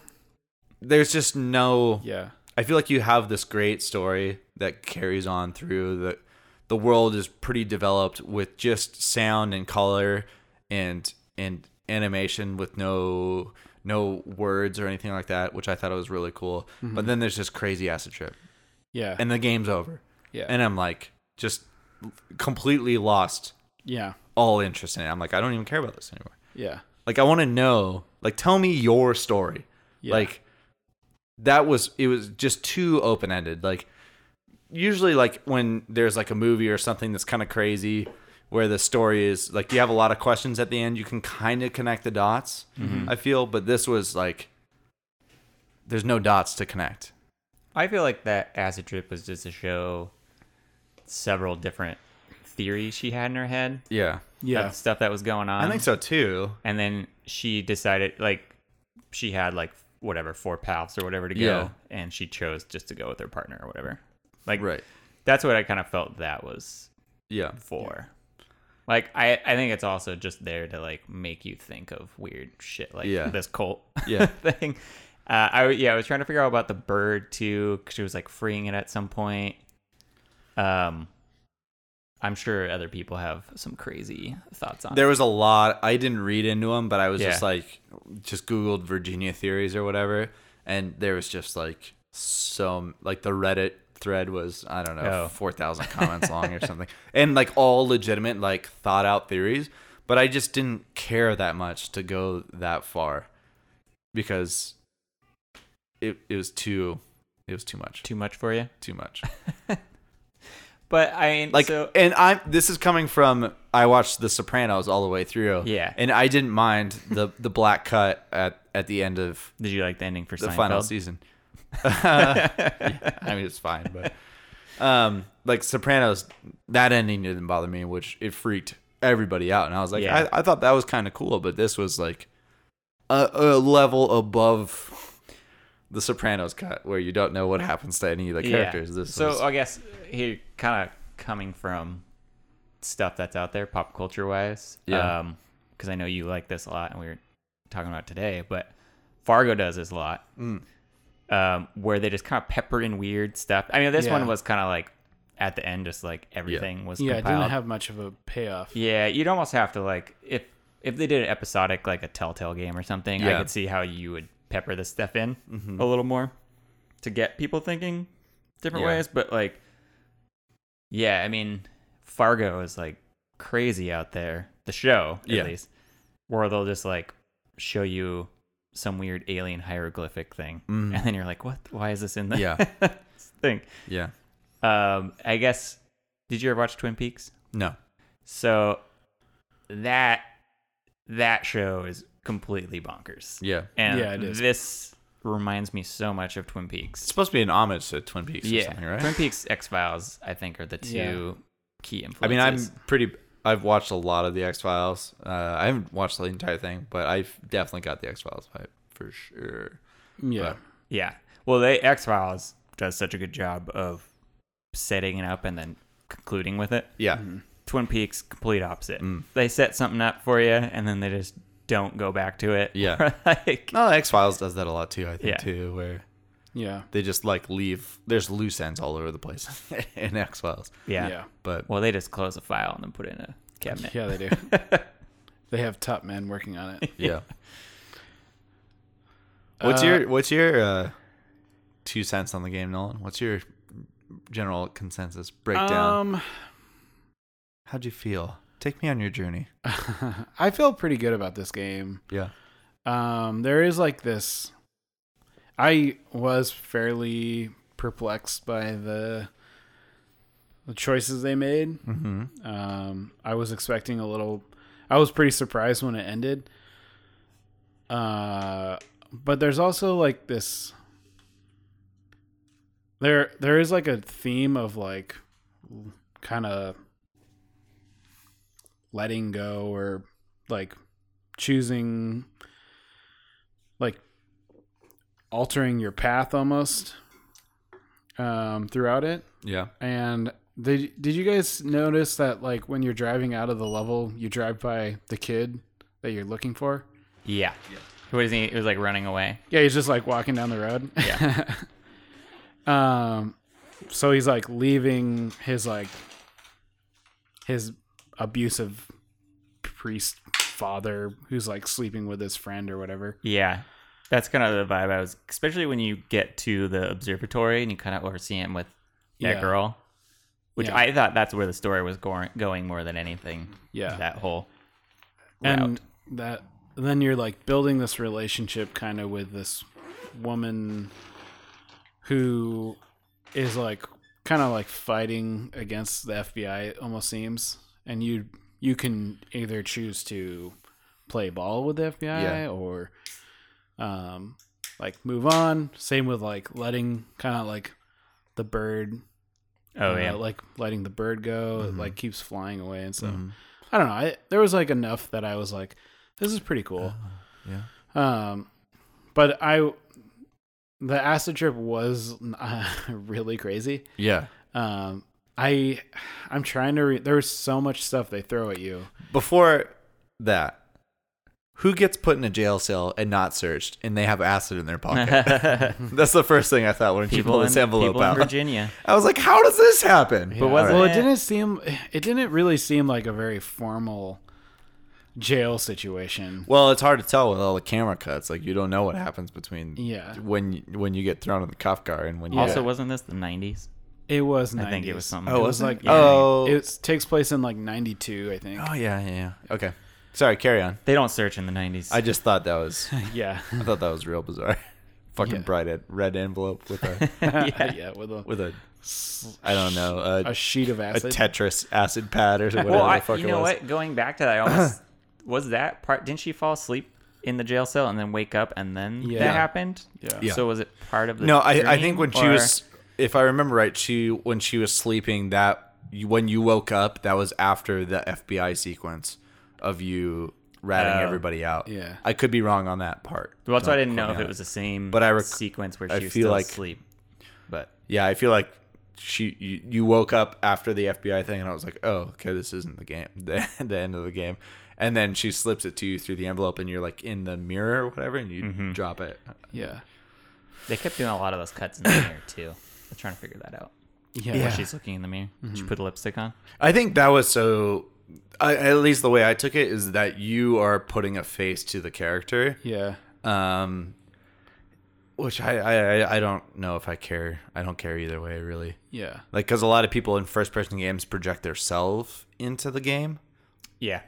Speaker 3: there's just no.
Speaker 2: Yeah.
Speaker 3: I feel like you have this great story that carries on through the the world is pretty developed with just sound and color and and animation with no no words or anything like that, which I thought was really cool. But then there's this crazy acid trip
Speaker 2: Yeah.
Speaker 3: and the game's over.
Speaker 2: yeah.
Speaker 3: And I'm like just completely lost
Speaker 2: yeah.
Speaker 3: all interest in it. I'm like I don't even care about this anymore.
Speaker 2: Yeah.
Speaker 3: Like I want to know, like tell me your story.
Speaker 2: Yeah.
Speaker 3: Like that was it was just too open ended. Like usually like when there's like a movie or something that's kind of crazy where the story is like you have a lot of questions at the end, you can kind of connect the dots. I feel, but this was like there's no dots to connect.
Speaker 1: I feel like that acid trip was just to show several different theories she had in her head.
Speaker 3: Yeah.
Speaker 2: Yeah.
Speaker 1: of stuff that was going on.
Speaker 3: I think so too.
Speaker 1: And then she decided, like, she had like whatever four paths or whatever to go,
Speaker 3: Yeah.
Speaker 1: and she chose just to go with her partner or whatever. Like,
Speaker 3: Right.
Speaker 1: that's what I kind of felt that was
Speaker 3: Yeah.
Speaker 1: for. Like, I I think it's also just there to like make you think of weird shit, like
Speaker 3: Yeah.
Speaker 1: this cult
Speaker 3: Yeah.
Speaker 1: thing. Uh, I yeah, I was trying to figure out about the bird too, 'cause she was like freeing it at some point. Um, I'm sure other people have some crazy thoughts on it.
Speaker 3: There was a lot. I didn't read into them, but I was just
Speaker 1: Yeah.
Speaker 3: like, just Googled Virginia theories or whatever, and there was just like some like the Reddit thread was I don't know
Speaker 1: Oh.
Speaker 3: four thousand comments long or something, and like all legitimate like thought out theories, but I just didn't care that much to go that far because it it was too it was too much
Speaker 1: Too much for you?
Speaker 3: too much.
Speaker 1: But I mean,
Speaker 3: like
Speaker 1: so,
Speaker 3: and i this is coming from i watched the sopranos all the way through
Speaker 1: Yeah.
Speaker 3: and i didn't mind the the black cut at at the end of
Speaker 1: did you like the ending for
Speaker 3: the
Speaker 1: Seinfeld?
Speaker 3: final season Yeah, i mean it's fine but um like sopranos that ending didn't bother me which it freaked everybody out and i was like
Speaker 1: Yeah.
Speaker 3: I, I thought that was kind of cool but this was like a, a level above the sopranos cut where you don't know what happens to any of the characters
Speaker 1: Yeah.
Speaker 3: this
Speaker 1: so
Speaker 3: was,
Speaker 1: I guess here, kind of coming from stuff that's out there, pop culture wise.
Speaker 3: Yeah.
Speaker 1: Because I know you like this a lot, and we were talking about it today, but Fargo does this a lot,
Speaker 3: Mm.
Speaker 1: um, where they just kind of pepper in weird stuff. I mean, this
Speaker 2: Yeah.
Speaker 1: one was kind of like at the end, just like everything was
Speaker 2: Yeah, it
Speaker 1: compiled.
Speaker 2: didn't have much of a payoff.
Speaker 1: Yeah, you'd almost have to like if if they did an episodic like a Telltale game or something, I
Speaker 3: Yeah. Mm-hmm.
Speaker 1: could see how you would pepper this stuff in a little more to get people thinking different
Speaker 3: Yeah.
Speaker 1: ways. But like, yeah, I mean, Fargo is like crazy out there, the show at
Speaker 3: Yeah.
Speaker 1: least, where they'll just like show you some weird alien hieroglyphic thing,
Speaker 3: Mhm.
Speaker 1: and then you're like, "What? Why is this in the
Speaker 3: Yeah.
Speaker 1: thing?"
Speaker 3: Yeah.
Speaker 1: Um, I guess. Did you ever watch Twin Peaks?
Speaker 3: No.
Speaker 1: So that that show is completely bonkers.
Speaker 3: Yeah.
Speaker 1: And
Speaker 2: Yeah, it is.
Speaker 1: this reminds me so much of Twin Peaks.
Speaker 3: It's supposed to be an homage to Twin Peaks or something, right?
Speaker 1: Twin Peaks X Files, I think, are the two key
Speaker 3: I mean,
Speaker 1: influences.
Speaker 3: I'm pretty. I've watched a lot of the X Files. Uh, I haven't watched the entire thing, but I've definitely got the X Files vibe for sure.
Speaker 2: Yeah.
Speaker 1: yeah. Well, they X Files does such a good job of setting it up and then concluding with it.
Speaker 3: Yeah.
Speaker 2: Mm-hmm.
Speaker 1: Twin Peaks, complete opposite.
Speaker 3: Mm.
Speaker 1: They set something up for you, and then they just don't go back to it.
Speaker 3: Yeah.
Speaker 1: like,
Speaker 3: No, X Files does that a lot too. I think
Speaker 1: Yeah.
Speaker 3: too, where
Speaker 2: Yeah.
Speaker 3: they just like leave. There's loose ends all over the place in X Files.
Speaker 1: yeah.
Speaker 2: Yeah.
Speaker 3: But
Speaker 1: Well, they just close a file and then put it in a cabinet.
Speaker 2: Yeah, they do. they have top men working on it.
Speaker 3: yeah. What's
Speaker 2: Uh,
Speaker 3: your What's your uh, two cents on the game, Nolan? What's your general consensus breakdown?
Speaker 2: Um,
Speaker 3: How'd you feel? Take me on your journey.
Speaker 2: um, I feel pretty good about this game.
Speaker 3: Yeah.
Speaker 2: Um, there is like this. I was fairly perplexed by the the choices they made.
Speaker 3: Mm-hmm.
Speaker 2: Um, I was expecting a little. I was pretty surprised when it ended. Uh, but there's also like this. There, there is like a theme of like, kind of letting go or like choosing, like altering your path almost. Um, throughout it,
Speaker 3: Yeah.
Speaker 2: and did did you guys notice that like when you're driving out of the level, you drive by the kid that you're looking for?
Speaker 1: Yeah. What is he? It was like running away.
Speaker 2: Yeah, he's just like walking down the road. Yeah. um so he's like leaving his like his abusive priest father who's like sleeping with his friend or whatever.
Speaker 1: Yeah. That's kind of the vibe I was, especially when you get to the observatory and you kind of oversee him with that
Speaker 2: Yeah.
Speaker 1: girl, which
Speaker 2: Yeah.
Speaker 1: I thought that's where the story was going, going more than anything.
Speaker 2: Yeah.
Speaker 1: That whole route.
Speaker 2: and that then you're like building this relationship kind of with this woman who is like kind of like fighting against the FBI it almost seems and you you can either choose to play ball with the FBI
Speaker 3: Yeah.
Speaker 2: or um like move on same with like letting kind of like the bird
Speaker 1: oh,
Speaker 2: uh,
Speaker 1: yeah. Mm-hmm.
Speaker 2: like letting the bird go it like keeps flying away and stuff
Speaker 3: Mhm.
Speaker 2: I don't know. I there was like enough that I was like, this is pretty cool.
Speaker 3: Oh, yeah.
Speaker 2: Um, but I, the acid trip was uh, really crazy.
Speaker 3: Yeah.
Speaker 2: Um, I, I'm trying to. Re- There's so much stuff they throw at you.
Speaker 3: Before that, who gets put in a jail cell and not searched, and they have acid in their pocket?
Speaker 1: people
Speaker 3: That's the first thing I thought when she pulled
Speaker 1: in,
Speaker 3: this envelope
Speaker 1: people in
Speaker 3: out.
Speaker 1: Virginia.
Speaker 3: I was like, "How does this happen?"
Speaker 2: Yeah.
Speaker 1: wasn't
Speaker 2: well,
Speaker 1: it-
Speaker 2: it didn't seem. It didn't really seem like a very formal jail situation.
Speaker 3: Well, it's hard to tell with all the camera cuts. Like, you don't know what happens between
Speaker 2: Yeah.
Speaker 3: when when you get thrown in the cuff car and when you
Speaker 1: Also, wasn't this the 90s?
Speaker 2: It was. 90s.
Speaker 1: I think it was something.
Speaker 2: It
Speaker 3: Oh,
Speaker 2: was
Speaker 3: wasn't
Speaker 2: like
Speaker 3: it? Oh.
Speaker 2: it takes place in like '92, I think.
Speaker 3: oh yeah, yeah, yeah. Okay, sorry, carry on.
Speaker 1: They don't search in the 90s.
Speaker 3: I just thought that was
Speaker 2: Yeah,
Speaker 3: I thought that was real bizarre. Fucking
Speaker 2: Yeah.
Speaker 3: bright ed- red envelope with a
Speaker 2: yeah, With a
Speaker 3: with a I don't know
Speaker 2: a
Speaker 3: a,
Speaker 2: sheet of
Speaker 3: a
Speaker 2: acid.
Speaker 3: Tetris acid pad or whatever
Speaker 1: well, I,
Speaker 3: the fuck
Speaker 1: you
Speaker 3: it
Speaker 1: know
Speaker 3: was.
Speaker 1: what? Going back to that, I almost was that part. Didn't she fall asleep in the jail cell and then wake up and then
Speaker 2: Yeah.
Speaker 1: that happened?
Speaker 2: Yeah.
Speaker 3: Yeah.
Speaker 1: So was it part of the?
Speaker 3: No, I, I
Speaker 1: dream,
Speaker 3: think when she
Speaker 1: or-
Speaker 3: was, if I remember right, she when she was sleeping, that when you woke up, that was after the FBI sequence of you ratting
Speaker 1: Oh.
Speaker 3: everybody out.
Speaker 2: Yeah.
Speaker 3: I could be wrong on that part.
Speaker 1: Well, that's why I didn't
Speaker 3: Don't
Speaker 1: know
Speaker 3: quote
Speaker 1: if
Speaker 3: me
Speaker 1: it
Speaker 3: on
Speaker 1: was the same.
Speaker 3: But I rec-
Speaker 1: sequence where she
Speaker 3: I
Speaker 1: was
Speaker 3: feel
Speaker 1: still
Speaker 3: like-
Speaker 1: asleep. But
Speaker 3: Yeah, I feel like she you, you woke up after the FBI thing, and I was like, oh, okay, this isn't the game, the, the end of the game. And then she slips it to you through the envelope, and you're like in the mirror or whatever, and you drop it.
Speaker 2: Yeah.
Speaker 1: they kept doing a lot of those cuts in the mirror too. I'm trying to figure that out.
Speaker 2: Yeah.
Speaker 1: Where she's looking in the mirror, she
Speaker 3: Mm-hmm.
Speaker 1: put lipstick on.
Speaker 3: I think that was so. I, at least the way I took it is that you are putting a face to the character.
Speaker 2: Yeah.
Speaker 3: um which I, I I- i don't know if i care i don't care either way really
Speaker 2: Yeah.
Speaker 3: like because a lot of people in first person games project their self into the game
Speaker 1: Yeah.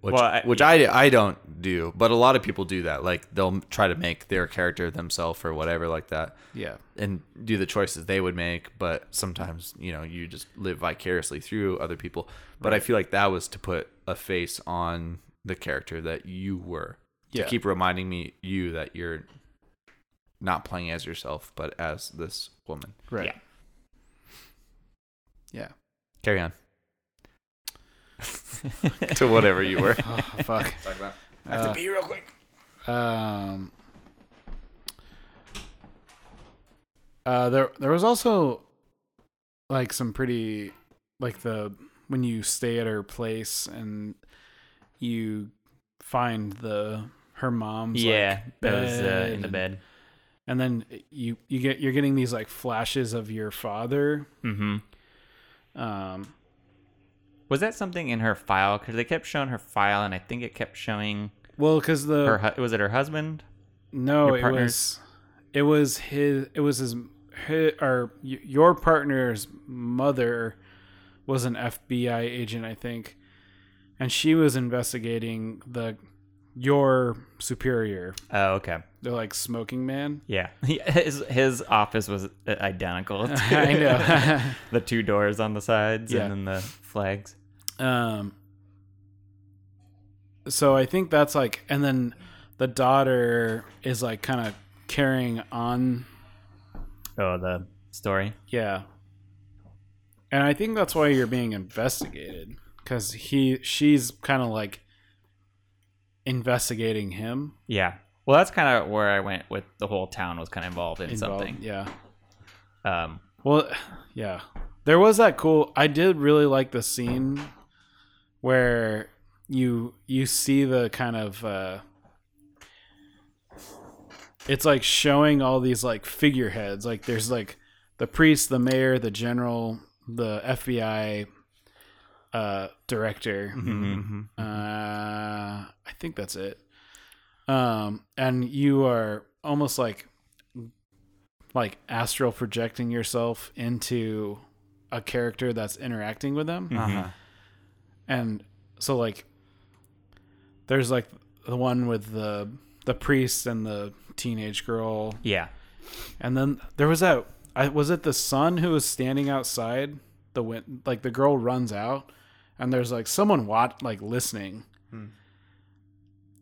Speaker 3: which
Speaker 1: Well, I-
Speaker 3: which I I don't do, but a lot of people do that. Like they'll try to make their character themselves or whatever like that,
Speaker 2: Yeah.
Speaker 3: and do the choices they would make. But sometimes you know you just live vicariously through other people. But I feel like that was to put a face on the character that you were
Speaker 2: Yeah.
Speaker 3: to keep reminding me you that you're not playing as yourself, but as this woman.
Speaker 2: Right.
Speaker 1: Yeah.
Speaker 2: Yeah.
Speaker 3: Carry on to whatever you were.
Speaker 2: Oh, fuck.
Speaker 3: Talk about.
Speaker 2: I have to
Speaker 3: pee real quick.
Speaker 2: Um, uh, there there was also like some pretty like the when you stay at her place and you find the her mom's like,
Speaker 1: yeah, that was uh, in the
Speaker 2: and-
Speaker 1: bed.
Speaker 2: and then you you get you're getting these like flashes of your father
Speaker 1: Mm-hmm.
Speaker 2: um
Speaker 1: Was that something in her file? Because they kept showing her file, and I think it kept showing
Speaker 2: well because the
Speaker 1: her. Hu- was it her husband?
Speaker 2: No,
Speaker 1: Your
Speaker 2: it
Speaker 1: partner's-
Speaker 2: was it was his it was his, his or y- your partner's mother was an FBI agent, I think, and she was investigating the your superior,
Speaker 1: Oh, okay.
Speaker 2: the like smoking man.
Speaker 1: Yeah, his his office was uh, identical. to-
Speaker 2: I know.
Speaker 1: the two doors on the sides
Speaker 2: Yeah.
Speaker 1: and then the flags.
Speaker 2: Um, so I think that's like, and then the daughter is like kind of carrying on
Speaker 1: Oh, the story.
Speaker 2: Yeah. And I think that's why you're being investigated cuz he she's kind of like investigating him
Speaker 1: Yeah. Well, that's kind of where I went with the whole town was kind of involved in
Speaker 2: involved.
Speaker 1: something.
Speaker 2: Yeah.
Speaker 1: Um,
Speaker 2: Well, yeah. There was that cool I did really like the scene where you you see the kind of uh it's like showing all these like figureheads. Like there's like the priest, the mayor, the general, the FBI uh director.
Speaker 3: Mm-hmm.
Speaker 2: Uh, I think that's it. Um, and you are almost like like astral projecting yourself into a character that's interacting with them.
Speaker 3: Uh-huh.
Speaker 2: And so like there's like the one with the the priest and the teenage girl.
Speaker 1: yeah.
Speaker 2: And then there was that I was it the son who was standing outside the win like the girl runs out and there's like someone wat like listening.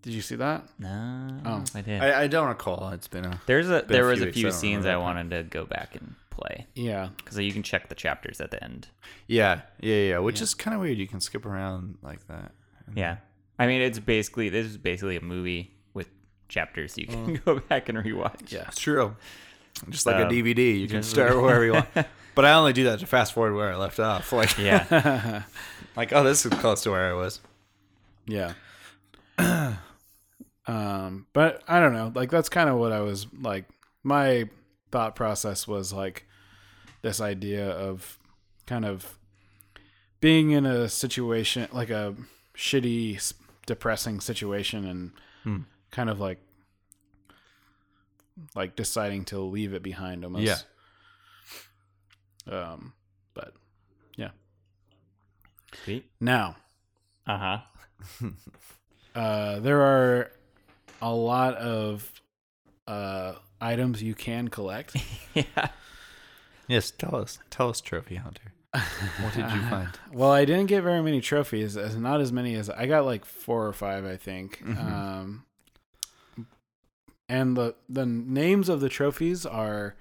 Speaker 2: Did you see that?
Speaker 1: No,
Speaker 2: Oh.
Speaker 1: I did.
Speaker 3: I, I don't recall. It's been a
Speaker 1: There's a there
Speaker 3: a
Speaker 1: was
Speaker 3: few
Speaker 1: a
Speaker 3: weeks,
Speaker 1: few
Speaker 3: I don't
Speaker 1: scenes I
Speaker 3: remember.
Speaker 1: wanted to go back and play
Speaker 2: Yeah.
Speaker 1: because you can check the chapters at the end.
Speaker 3: yeah, yeah, yeah. Which is kind of weird. You can skip around like that.
Speaker 1: Yeah, I mean it's basically this is basically a movie with chapters you can go back and rewatch.
Speaker 2: Yeah.
Speaker 3: It's true. Just like
Speaker 1: Um,
Speaker 3: a DVD, you can start wherever you want. But I only do that to fast forward where I left off. Like,
Speaker 1: yeah.
Speaker 3: like oh, this is close to where I was.
Speaker 2: Yeah. um, but I don't know. Like that's kind of what I was like. My thought process was like this idea of kind of being in a situation like a shitty, s- depressing situation, and kind of like like deciding to leave it behind almost. Yeah. Um, but now
Speaker 1: Uh huh.
Speaker 2: Uh, there are a lot of uh, items you can collect.
Speaker 1: Yeah.
Speaker 3: Yes, tell us, tell us, Trophy Hunter. What did you find?
Speaker 2: well, I didn't get very many trophies, as not as many as I got like four or five, I think. Um, and the the names of the trophies are.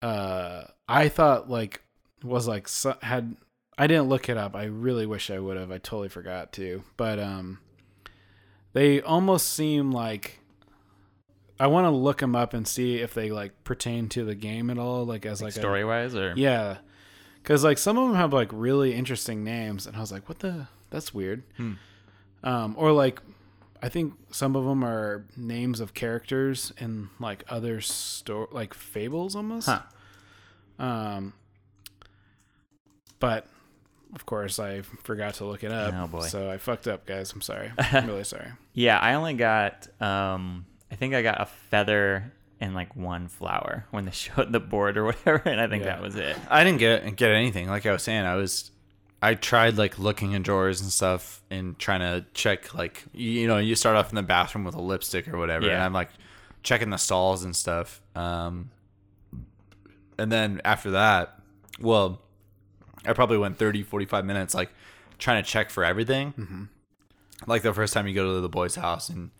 Speaker 2: Uh, I thought like was like so- had I didn't look it up. I really wish I would have. I totally forgot to. But um, they almost seem like I want to look them up and see if they like pertain to the game at all, like as like, a
Speaker 1: Story wise, or
Speaker 2: yeah. Cause like some of them have like really interesting names, and I was like, "What the? That's weird." Um, or like, I think some of them are names of characters in like other store, like fables almost.
Speaker 1: Huh.
Speaker 2: Um, but of course, I forgot to look it up.
Speaker 1: Oh, boy.
Speaker 2: So I fucked up, guys. I'm sorry. I'm really sorry.
Speaker 1: Yeah, I only got um I think I got a feather and like one flower when they showed the board or whatever, and I think
Speaker 2: Yeah.
Speaker 1: that was it.
Speaker 3: I didn't get get anything. Like I was saying, I was I tried like looking in drawers and stuff and trying to check like you know you start off in the bathroom with a lipstick or whatever and
Speaker 1: Yeah.
Speaker 3: I'm like checking the stalls and stuff um and then after that well I probably went 30 45 minutes like trying to check for everything
Speaker 1: Mm-hmm.
Speaker 3: like the first time you go to the boy's house and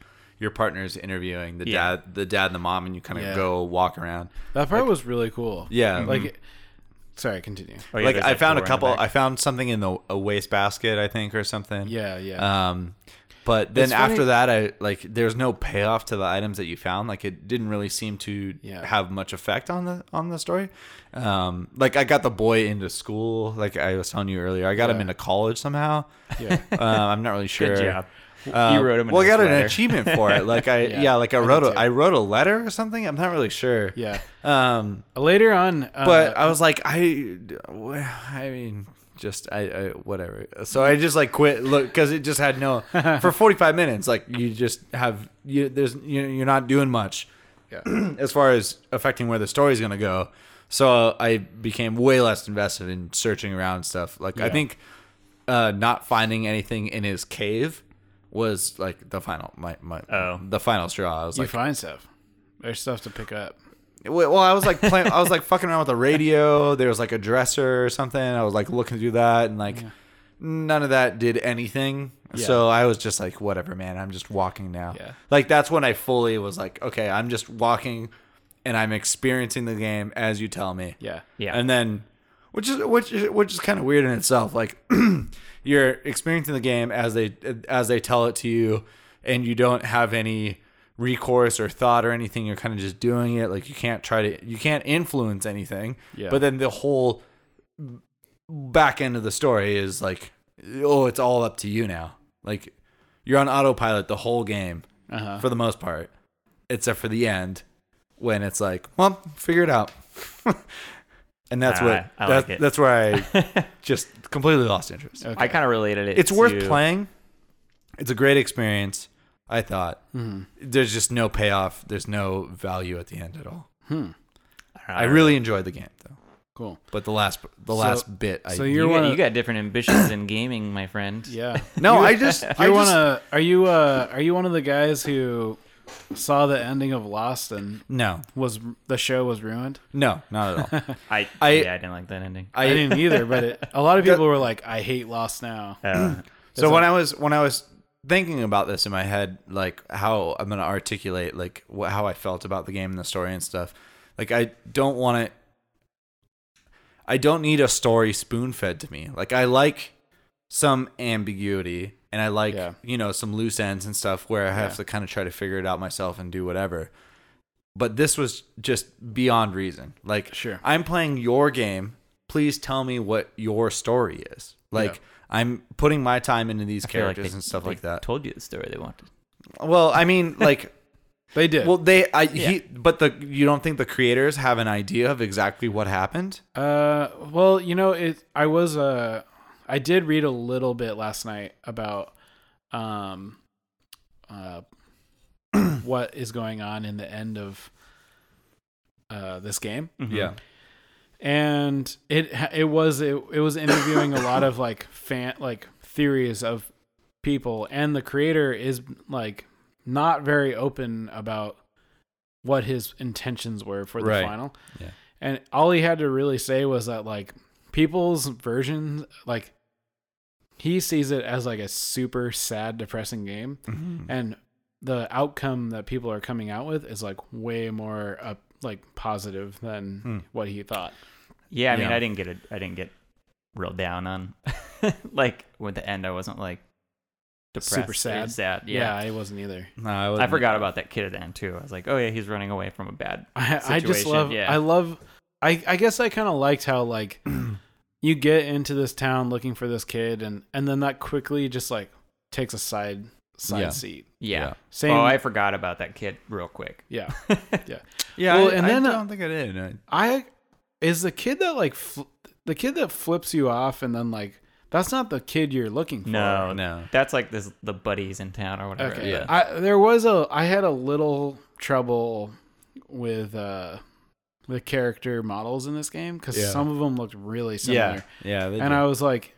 Speaker 3: your partner's interviewing the
Speaker 1: Yeah.
Speaker 3: dad the dad and the mom and you kind of
Speaker 2: Yeah.
Speaker 3: go walk around
Speaker 2: That part was really cool.
Speaker 3: yeah
Speaker 2: Like, sorry, continue.
Speaker 1: Oh, yeah,
Speaker 3: like
Speaker 1: there's
Speaker 3: I
Speaker 1: that
Speaker 3: found a
Speaker 1: door in the
Speaker 3: couple.
Speaker 1: back.
Speaker 3: I found something in the a wastebasket, I think, or something.
Speaker 2: Yeah, yeah.
Speaker 3: Um, but then
Speaker 2: It's funny-
Speaker 3: after that, I like there's no payoff to the items that you found. Like it didn't really seem to
Speaker 2: Yeah.
Speaker 3: have much effect on the on the story. Um, like I got the boy into school. Like I was telling you earlier, I got him
Speaker 2: Yeah.
Speaker 3: into college somehow.
Speaker 2: yeah.
Speaker 3: um, I'm not really sure.
Speaker 1: Good job.
Speaker 3: Um,
Speaker 1: you wrote him.
Speaker 3: well, I got an
Speaker 1: achievement.
Speaker 3: achievement for it. Like I, yeah,
Speaker 2: Yeah,
Speaker 3: like I
Speaker 2: I did
Speaker 3: wrote, a,
Speaker 2: too.
Speaker 3: I wrote a letter or something. I'm not really sure.
Speaker 2: Yeah.
Speaker 3: Um,
Speaker 2: Later on, uh,
Speaker 3: but I was like, I, I mean, just I, I whatever. So I just like quit, look, because it just had no for forty five minutes. Like you just have you, there's you, you're not doing much
Speaker 2: yeah.
Speaker 3: as far as affecting where the story's gonna go. So I became way less invested in searching around stuff. Like I
Speaker 2: Yeah.
Speaker 3: think uh, not finding anything in his cave was like the final my, my
Speaker 1: Oh.
Speaker 3: the final straw. I was
Speaker 2: you
Speaker 3: like,
Speaker 2: find stuff. There's stuff to pick up.
Speaker 3: well, well, I was like playing. I was like fucking around with the radio. There was like a dresser or something. I was like looking through that, and like none of that did anything. So I was just like, whatever, man. I'm just walking now.
Speaker 2: Yeah.
Speaker 3: Like that's when I fully was like, okay, I'm just walking, and I'm experiencing the game as you tell me.
Speaker 2: Yeah.
Speaker 1: Yeah.
Speaker 3: And then, which is which is, which is kind of weird in itself. Like you're experiencing the game as they as they tell it to you, and you don't have any recourse or thought or anything. You're kind of just doing it. Like you can't try to you can't influence anything.
Speaker 2: Yeah.
Speaker 3: But then the whole back end of the story is like, oh, it's all up to you now. Like you're on autopilot the whole game
Speaker 2: Uh huh.
Speaker 3: for the most part, except for the end when it's like, well, figure it out. and that's
Speaker 1: Ah,
Speaker 3: what
Speaker 1: I- I
Speaker 3: that-
Speaker 1: like it.
Speaker 3: that's where I just completely lost interest.
Speaker 2: Okay.
Speaker 1: I kind of related it.
Speaker 3: It's worth
Speaker 1: to-
Speaker 3: playing. It's a great experience. I thought
Speaker 2: Mm-hmm.
Speaker 3: there's just no payoff. There's no value at the end at all.
Speaker 2: Hmm.
Speaker 3: I really enjoyed the game though,
Speaker 2: Cool.
Speaker 3: but the last the last bit. I,
Speaker 2: so
Speaker 1: You,
Speaker 2: You're one
Speaker 1: got,
Speaker 2: of-
Speaker 1: you got different ambitions in gaming, my friend.
Speaker 2: Yeah.
Speaker 3: no, I just I
Speaker 2: You're one
Speaker 3: just,
Speaker 2: of, are you uh are you one of the guys who saw the ending of Lost and
Speaker 3: no
Speaker 2: was the show was ruined?
Speaker 3: no not at all.
Speaker 1: I,
Speaker 3: I-
Speaker 1: yeah, I didn't like that ending.
Speaker 2: I, didn't either, but it, a lot of people were like, "I hate Lost now."
Speaker 1: Uh,
Speaker 3: So when I was when I was thinking about this in my head, like how I'm gonna articulate like wh- how I felt about the game and the story and stuff, like I don't want it. I don't need a story spoon fed to me. Like I like some ambiguity and I like
Speaker 2: Yeah.
Speaker 3: you know some loose ends and stuff where I have
Speaker 2: Yeah.
Speaker 3: to kind of try to figure it out myself and do whatever. But this was just beyond reason. Like
Speaker 2: Sure.
Speaker 3: I'm playing your game. Please tell me what your story is. Like
Speaker 2: Yeah.
Speaker 3: I'm putting my time into these
Speaker 1: I feel like
Speaker 3: characters
Speaker 1: they-
Speaker 3: and stuff
Speaker 1: they
Speaker 3: like that.
Speaker 1: Told you the story they wanted.
Speaker 3: well, I mean, like,
Speaker 2: They did.
Speaker 3: well,
Speaker 2: Well,
Speaker 3: they, I, he, but the, you don't think the creators have an idea of exactly what happened?
Speaker 2: uh, well, you know, it. I was uh, I did read a little bit last night about um, uh, what is going on in the end of uh this game. and it it was it, it was interviewing a lot of like fan like theories of people and the creator is like not very open about what his intentions were for the
Speaker 3: Right.
Speaker 2: final
Speaker 3: Yeah.
Speaker 2: and all he had to really say was that like people's version like he sees it as like a super sad depressing game
Speaker 3: Mhm.
Speaker 2: and the outcome that people are coming out with is like way more up like positive than
Speaker 3: Hmm.
Speaker 2: what he thought
Speaker 1: Yeah, I mean,
Speaker 3: Yeah.
Speaker 1: I didn't get it. I didn't get real down on. like with the end, I wasn't like depressed.
Speaker 2: Super
Speaker 1: or
Speaker 2: sad.
Speaker 1: Sad.
Speaker 2: Yeah,
Speaker 1: Yeah.
Speaker 2: I wasn't either.
Speaker 3: No, I,
Speaker 1: I
Speaker 3: wouldn't-
Speaker 1: forgot about that kid at the end too. I was like, oh yeah, he's running away from a bad.
Speaker 2: I, I just
Speaker 1: Situation,
Speaker 2: love.
Speaker 1: yeah.
Speaker 2: I love. I I guess I kind of liked how like you get into this town looking for this kid, and and then that quickly just like takes a side side
Speaker 3: Yeah.
Speaker 2: seat.
Speaker 1: Yeah.
Speaker 2: Same.
Speaker 1: Oh, I forgot about that kid real quick.
Speaker 2: yeah.
Speaker 3: Yeah.
Speaker 2: Well,
Speaker 3: I,
Speaker 2: and
Speaker 3: I
Speaker 2: then, uh,
Speaker 3: don't think I did. I,
Speaker 2: I is the kid that like fl- the kid that flips you off, and then like that's not the kid you're looking for.
Speaker 1: No,
Speaker 3: no.
Speaker 1: That's like this the buddies in town or whatever.
Speaker 2: Okay.
Speaker 3: Yeah.
Speaker 2: I there was a I had a little trouble with uh the character models in this game because
Speaker 3: Yeah.
Speaker 2: some of them looked really similar.
Speaker 3: Yeah. Yeah. They
Speaker 2: and
Speaker 3: did.
Speaker 2: I was like,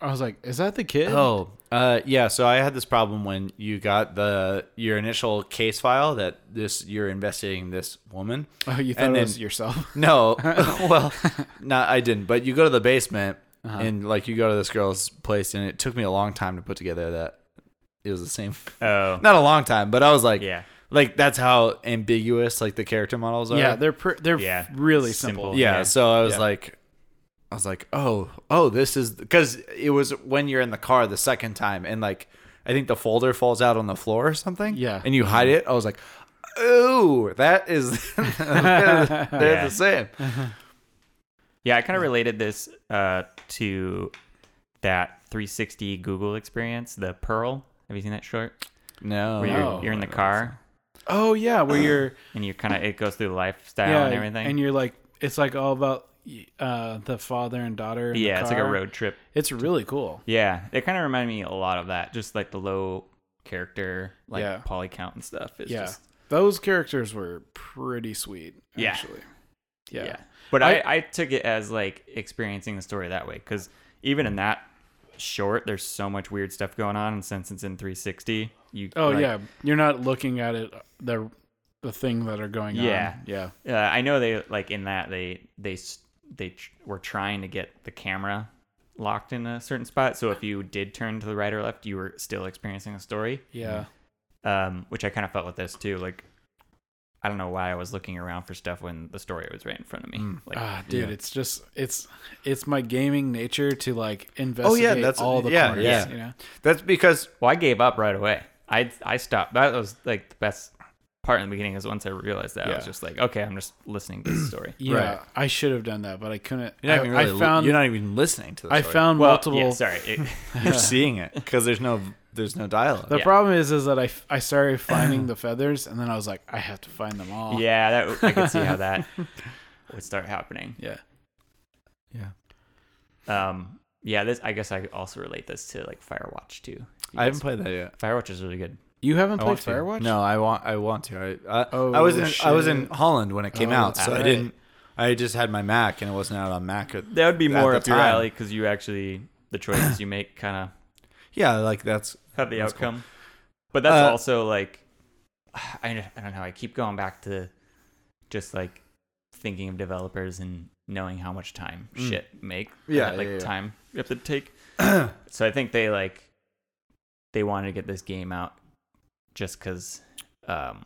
Speaker 2: I was like, is that the kid?
Speaker 3: Oh, uh, yeah. So I had this problem when you got the your initial case file that this you're investigating this woman.
Speaker 2: Oh, you thought
Speaker 3: And
Speaker 2: it
Speaker 3: then-
Speaker 2: was yourself.
Speaker 3: No, well, no, I didn't. But you go to the basement and like you go to this girl's place, and it took me a long time to put together that it was the same.
Speaker 1: Oh,
Speaker 3: Not a long time, but I was like,
Speaker 1: Yeah.
Speaker 3: like that's how ambiguous like the character models are.
Speaker 2: yeah, they're pr- they're
Speaker 1: Yeah.
Speaker 2: really
Speaker 1: Simple.
Speaker 2: simple.
Speaker 3: yeah,
Speaker 1: Yeah.
Speaker 3: so i was
Speaker 2: Yeah.
Speaker 3: like i was like oh oh this is because it was when you're in the car the second time and like i think the folder falls out on the floor or something
Speaker 2: Yeah.
Speaker 3: and you hide it i was like oh that is they're
Speaker 1: Yeah.
Speaker 3: the same
Speaker 1: yeah. I kind of related this uh, to that 360 Google experience, the Pearl. Have you seen that short?
Speaker 3: no
Speaker 1: Where you're,
Speaker 2: No.
Speaker 1: you're in the car
Speaker 2: Oh yeah, where you're
Speaker 1: and you're kind of it goes through the lifestyle
Speaker 2: yeah,
Speaker 1: Uh, and everything.
Speaker 2: and you're like, it's like all about uh, the father and daughter. in the
Speaker 1: yeah, it's like a
Speaker 2: car.
Speaker 1: road trip.
Speaker 2: It's really cool.
Speaker 1: Yeah, it kind of reminded me a lot of that. Just like the low character, like
Speaker 2: Yeah.
Speaker 1: poly count and stuff. It's
Speaker 2: yeah,
Speaker 1: just
Speaker 2: those characters were pretty sweet.
Speaker 1: Yeah.
Speaker 2: Actually.
Speaker 1: yeah.
Speaker 2: Yeah.
Speaker 1: But I, I took it as like experiencing the story that way because even in that short, there's so much weird stuff going on, and since it's in 360, you
Speaker 2: Oh
Speaker 1: like,
Speaker 2: yeah, you're not looking at it the the thing that are going
Speaker 1: Yeah.
Speaker 2: on. Yeah,
Speaker 1: Uh, I know they like in that they they s- they tr- were trying to get the camera locked in a certain spot, so if you did turn to the right or left, you were still experiencing the story.
Speaker 2: yeah,
Speaker 3: Mm.
Speaker 1: um, which I kind of felt with this too. Like, I don't know why I was looking around for stuff when the story was right in front of me.
Speaker 3: Mm.
Speaker 1: Like,
Speaker 2: ah, dude,
Speaker 3: yeah.
Speaker 2: it's just it's it's my gaming nature to like investigate
Speaker 3: Oh, that's-
Speaker 2: all the
Speaker 3: yeah,
Speaker 2: corners.
Speaker 3: yeah.
Speaker 2: You know,
Speaker 3: that's because
Speaker 1: well, I gave up right away. I I stopped. That was like the best part in the beginning is once I realized that I was
Speaker 2: Yeah.
Speaker 1: just like, okay, I'm just listening to the story.
Speaker 2: yeah,
Speaker 3: Right.
Speaker 2: I should have done that, but I couldn't.
Speaker 3: you're not
Speaker 2: I,
Speaker 3: even
Speaker 2: I
Speaker 3: really,
Speaker 2: found
Speaker 3: you're not even listening to the
Speaker 2: I
Speaker 3: story.
Speaker 2: found
Speaker 1: Well,
Speaker 2: multiple.
Speaker 1: yeah, sorry. It-
Speaker 3: you're seeing it because there's no there's no dialogue
Speaker 2: The
Speaker 1: Yeah.
Speaker 2: problem is, is that I, f- I started finding the feathers, and then I was like, I have to find them all.
Speaker 1: yeah, that I could see how that would start happening.
Speaker 2: yeah,
Speaker 3: yeah
Speaker 1: Um, yeah, this I guess I could also relate this to like Firewatch too. You
Speaker 3: i haven't
Speaker 1: guys-
Speaker 3: played that yet
Speaker 1: Firewatch is really good.
Speaker 2: You haven't
Speaker 3: I
Speaker 2: played
Speaker 3: want to.
Speaker 2: Firewatch?
Speaker 3: No, I want. I want to. I, I,
Speaker 2: Oh,
Speaker 3: I was in. I was in
Speaker 2: shit.
Speaker 3: Holland when it came
Speaker 2: Oh,
Speaker 3: out,
Speaker 2: that's
Speaker 3: so I
Speaker 1: Uh,
Speaker 2: right.
Speaker 3: didn't. I just had my Mac, and it wasn't out on Mac. At,
Speaker 1: That would be
Speaker 3: At
Speaker 1: more
Speaker 3: the
Speaker 1: up your
Speaker 3: time.
Speaker 1: alley because you actually the choices you make kind of
Speaker 3: yeah, like that's.
Speaker 1: have the
Speaker 3: That's cool.
Speaker 1: outcome. But that's
Speaker 3: Uh,
Speaker 1: also like, I, don't- I don't know. I keep going back to just like thinking of developers and knowing how much time
Speaker 3: Mm.
Speaker 1: shit make. uh,
Speaker 3: Yeah,
Speaker 1: like
Speaker 3: yeah, yeah.
Speaker 1: time you have to take. so I think they like they wanted to get this game out just because, um,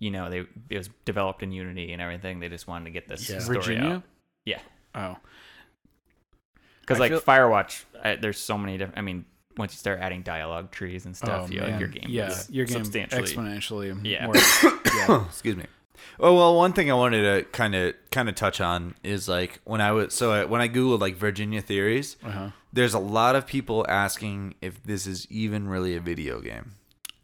Speaker 1: you know, they it was developed in Unity and everything. They just wanted to get this
Speaker 2: Yeah.
Speaker 3: uh,
Speaker 1: story
Speaker 2: Virginia?
Speaker 1: Yeah.
Speaker 2: Oh,
Speaker 1: because
Speaker 2: I
Speaker 1: like
Speaker 2: feel-
Speaker 1: Firewatch, I, there's so many different. I mean, once you start adding dialogue trees and stuff,
Speaker 2: Oh,
Speaker 1: you like your
Speaker 3: man.
Speaker 1: game.
Speaker 2: yeah,
Speaker 1: is
Speaker 2: your game
Speaker 1: substantially.
Speaker 2: exponentially.
Speaker 1: Yeah.
Speaker 2: More, yeah.
Speaker 3: excuse me. Oh well, one thing I wanted to kind of kind of touch on is like when I was so I, when I googled like Virginia theories,
Speaker 2: Uh-huh.
Speaker 3: there's a lot of people asking if this is even really a video game.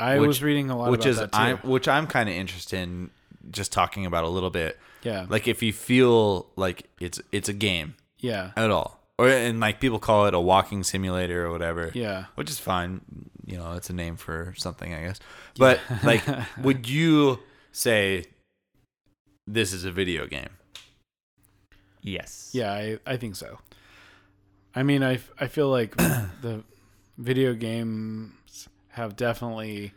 Speaker 2: I
Speaker 3: Which-
Speaker 2: was reading a lot
Speaker 3: which
Speaker 2: about
Speaker 3: is
Speaker 2: that too.
Speaker 3: I'm which I'm kind of interested in just talking about a little bit.
Speaker 2: yeah,
Speaker 3: Like if you feel like it's it's a game
Speaker 2: yeah,
Speaker 3: at all, or and like people call it a walking simulator or whatever.
Speaker 2: yeah.
Speaker 3: which is fine. You know, it's a name for something, I guess. But like, would you say this is a video game?
Speaker 1: Yes.
Speaker 2: Yeah, I, I think so. I mean, I, f- I feel like the video games have definitely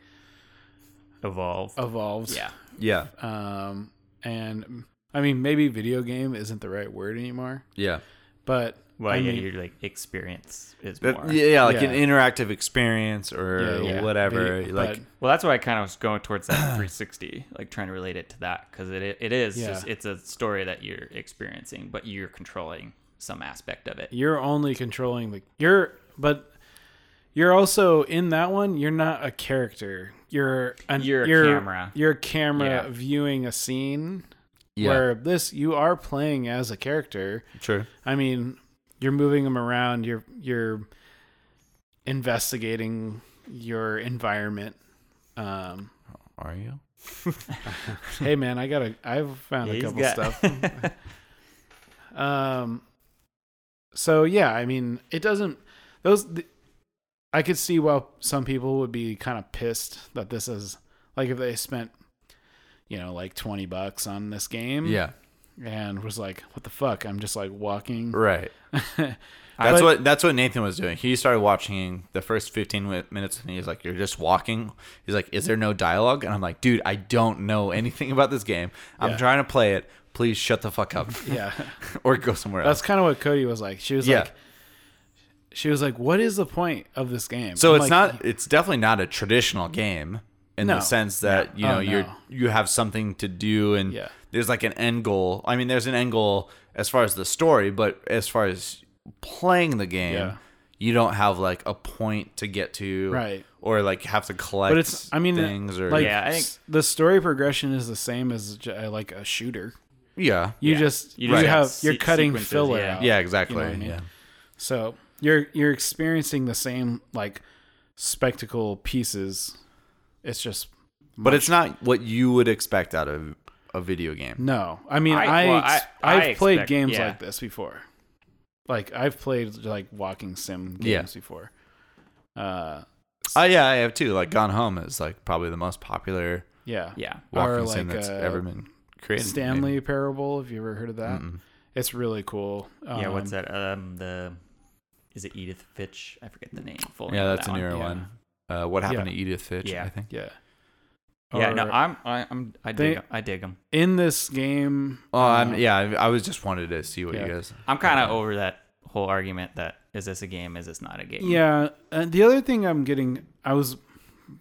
Speaker 1: Evolve.
Speaker 2: Uh, evolved.
Speaker 1: Yeah.
Speaker 3: Yeah,
Speaker 2: Um, and I mean, maybe video game isn't the right word anymore,
Speaker 3: yeah,
Speaker 2: but
Speaker 1: Well,
Speaker 2: I
Speaker 1: yeah,
Speaker 2: mean,
Speaker 1: your like experience is
Speaker 3: That-
Speaker 1: more.
Speaker 3: Uh, yeah, yeah, like
Speaker 2: Yeah.
Speaker 3: an interactive experience or
Speaker 2: yeah, yeah.
Speaker 3: whatever.
Speaker 2: Video-
Speaker 3: like,
Speaker 2: but-
Speaker 1: Well, that's why I kind of was going towards that 360, like trying to relate it to that because it it is
Speaker 2: Yeah.
Speaker 1: just it's a story that you're experiencing, but you're controlling some aspect of it.
Speaker 2: you're only controlling the you're but you're also in that one you're not a character you're an,
Speaker 1: You're a camera.
Speaker 2: you're a camera
Speaker 1: Yeah.
Speaker 2: viewing a scene
Speaker 3: yeah,
Speaker 2: where this you are playing as a character
Speaker 3: true.
Speaker 2: i mean you're moving them around you're you're investigating your environment um
Speaker 3: Are you?
Speaker 2: hey man i got a i've found a
Speaker 1: He's
Speaker 2: couple
Speaker 1: got-
Speaker 2: stuff Um. So yeah, I mean, it doesn't. Those th- I could see why some people would be kind of pissed that this is like if they spent, you know, like twenty bucks on this game,
Speaker 3: Yeah,
Speaker 2: and was like, "What the fuck?" I'm just like walking.
Speaker 3: right. That's
Speaker 2: But-
Speaker 3: what that's what Nathan was doing. He started watching the first 15 wi- minutes, and he's like, "You're just walking." He's like, "Is there no dialogue?" And I'm like, "Dude, I don't know anything about this game. I'm
Speaker 2: Yeah.
Speaker 3: trying to play it. Please shut the fuck up,
Speaker 2: Yeah.
Speaker 3: or go somewhere
Speaker 2: That's
Speaker 3: else."
Speaker 2: kind of what Cody was like. She was
Speaker 3: Yeah.
Speaker 2: like, she was like, what is the point of this game? I'm
Speaker 3: So
Speaker 2: like,
Speaker 3: it's not. It's definitely not a traditional game in
Speaker 2: No.
Speaker 3: the sense that you
Speaker 2: Oh,
Speaker 3: know you're
Speaker 2: no.
Speaker 3: you have something to do and
Speaker 2: Yeah.
Speaker 3: there's like an end goal. I mean, there's an end goal as far as the story, but as far as playing the game,
Speaker 2: Yeah.
Speaker 3: you don't have like a point to get to,
Speaker 2: Right.
Speaker 3: Or like have to collect.
Speaker 2: But it's, I mean,
Speaker 3: things or
Speaker 2: like,
Speaker 1: Yeah, I think-
Speaker 2: s- the story progression is the same as j- uh, like a shooter.
Speaker 3: yeah,
Speaker 2: You
Speaker 1: Yeah.
Speaker 2: just
Speaker 1: You
Speaker 2: you,
Speaker 1: just have
Speaker 2: have
Speaker 1: se-
Speaker 2: you're cutting
Speaker 1: sequences,
Speaker 2: filler
Speaker 1: yeah.
Speaker 2: out.
Speaker 3: yeah, exactly.
Speaker 2: I mean?
Speaker 3: Yeah,
Speaker 2: So you're you're experiencing the same like spectacle pieces. It's just
Speaker 3: but it's not what you would expect out of a video game.
Speaker 2: no. I mean,
Speaker 1: I-
Speaker 2: I,
Speaker 1: well, I-
Speaker 2: I
Speaker 1: I
Speaker 2: have played
Speaker 1: expect-
Speaker 2: games
Speaker 1: yeah.
Speaker 2: like this before. Like I've played like walking sim games
Speaker 3: Yeah.
Speaker 2: before. Uh,
Speaker 3: Oh yeah, I have too. Like Gone Home is like probably the most popular
Speaker 2: yeah,
Speaker 1: Yeah.
Speaker 2: Or
Speaker 3: walking sim
Speaker 2: like,
Speaker 3: that's
Speaker 2: uh,
Speaker 3: ever been created.
Speaker 2: Stanley
Speaker 3: maybe.
Speaker 2: Parable. Have you ever heard of that?
Speaker 3: Mm-mm.
Speaker 2: It's really cool.
Speaker 1: yeah, what's
Speaker 2: Um,
Speaker 1: that? Um, the is it Edith Fitch? I forget the name. Full name
Speaker 3: Yeah,
Speaker 1: of
Speaker 3: that's
Speaker 1: that
Speaker 3: a
Speaker 1: one.
Speaker 3: newer
Speaker 2: yeah.
Speaker 3: one. Uh, what happened
Speaker 2: Yeah.
Speaker 3: to Edith Fitch?
Speaker 1: Yeah.
Speaker 3: I think.
Speaker 2: Yeah.
Speaker 1: Yeah, no,
Speaker 2: Or
Speaker 1: I'm, I, I'm, I dig,
Speaker 2: They-
Speaker 1: 'em. I dig them.
Speaker 2: in this game.
Speaker 3: Oh, I'm,
Speaker 2: uh,
Speaker 3: yeah. I, I was just wanted to see what you
Speaker 2: Yeah.
Speaker 3: guys.
Speaker 1: I'm kind of over that whole argument that is this a game? Is this not a game?
Speaker 2: Yeah, and the other thing I'm getting, I was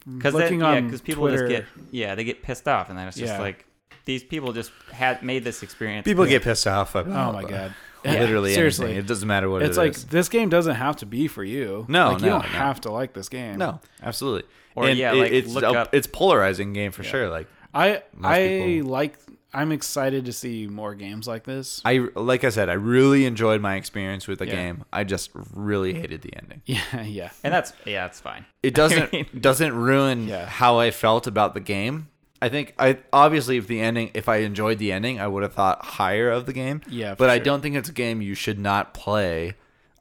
Speaker 1: because
Speaker 2: looking
Speaker 1: yeah,
Speaker 2: on
Speaker 1: because people
Speaker 2: Twitter.
Speaker 1: just get yeah, they get pissed off, and then it's just
Speaker 2: Yeah.
Speaker 1: like these people just had made this experience.
Speaker 3: People get pissed off.
Speaker 2: Oh my god!
Speaker 3: Literally,
Speaker 2: seriously,
Speaker 3: It doesn't matter what
Speaker 2: it's like this game doesn't have to be for you.
Speaker 3: No,
Speaker 2: like, you
Speaker 3: no,
Speaker 2: don't
Speaker 3: no.
Speaker 2: have to like this game.
Speaker 3: No, absolutely.
Speaker 1: Or, yeah, like,
Speaker 3: it's
Speaker 1: look
Speaker 3: a-
Speaker 1: up-
Speaker 3: It's polarizing game for sure. Like
Speaker 2: I
Speaker 3: Most
Speaker 2: I
Speaker 3: people-
Speaker 2: like. I'm excited to see more games like this.
Speaker 3: I like I said, I really enjoyed my experience with the
Speaker 2: Yeah.
Speaker 3: game. I just really hated the ending.
Speaker 2: yeah, yeah,
Speaker 1: and that's yeah, it's fine.
Speaker 3: It doesn't doesn't ruin
Speaker 2: Yeah.
Speaker 3: how I felt about the game. I think I obviously if the ending if I enjoyed the ending, I would have thought higher of the game.
Speaker 2: Yeah, for
Speaker 3: But I
Speaker 2: sure.
Speaker 3: don't think it's a game you should not play.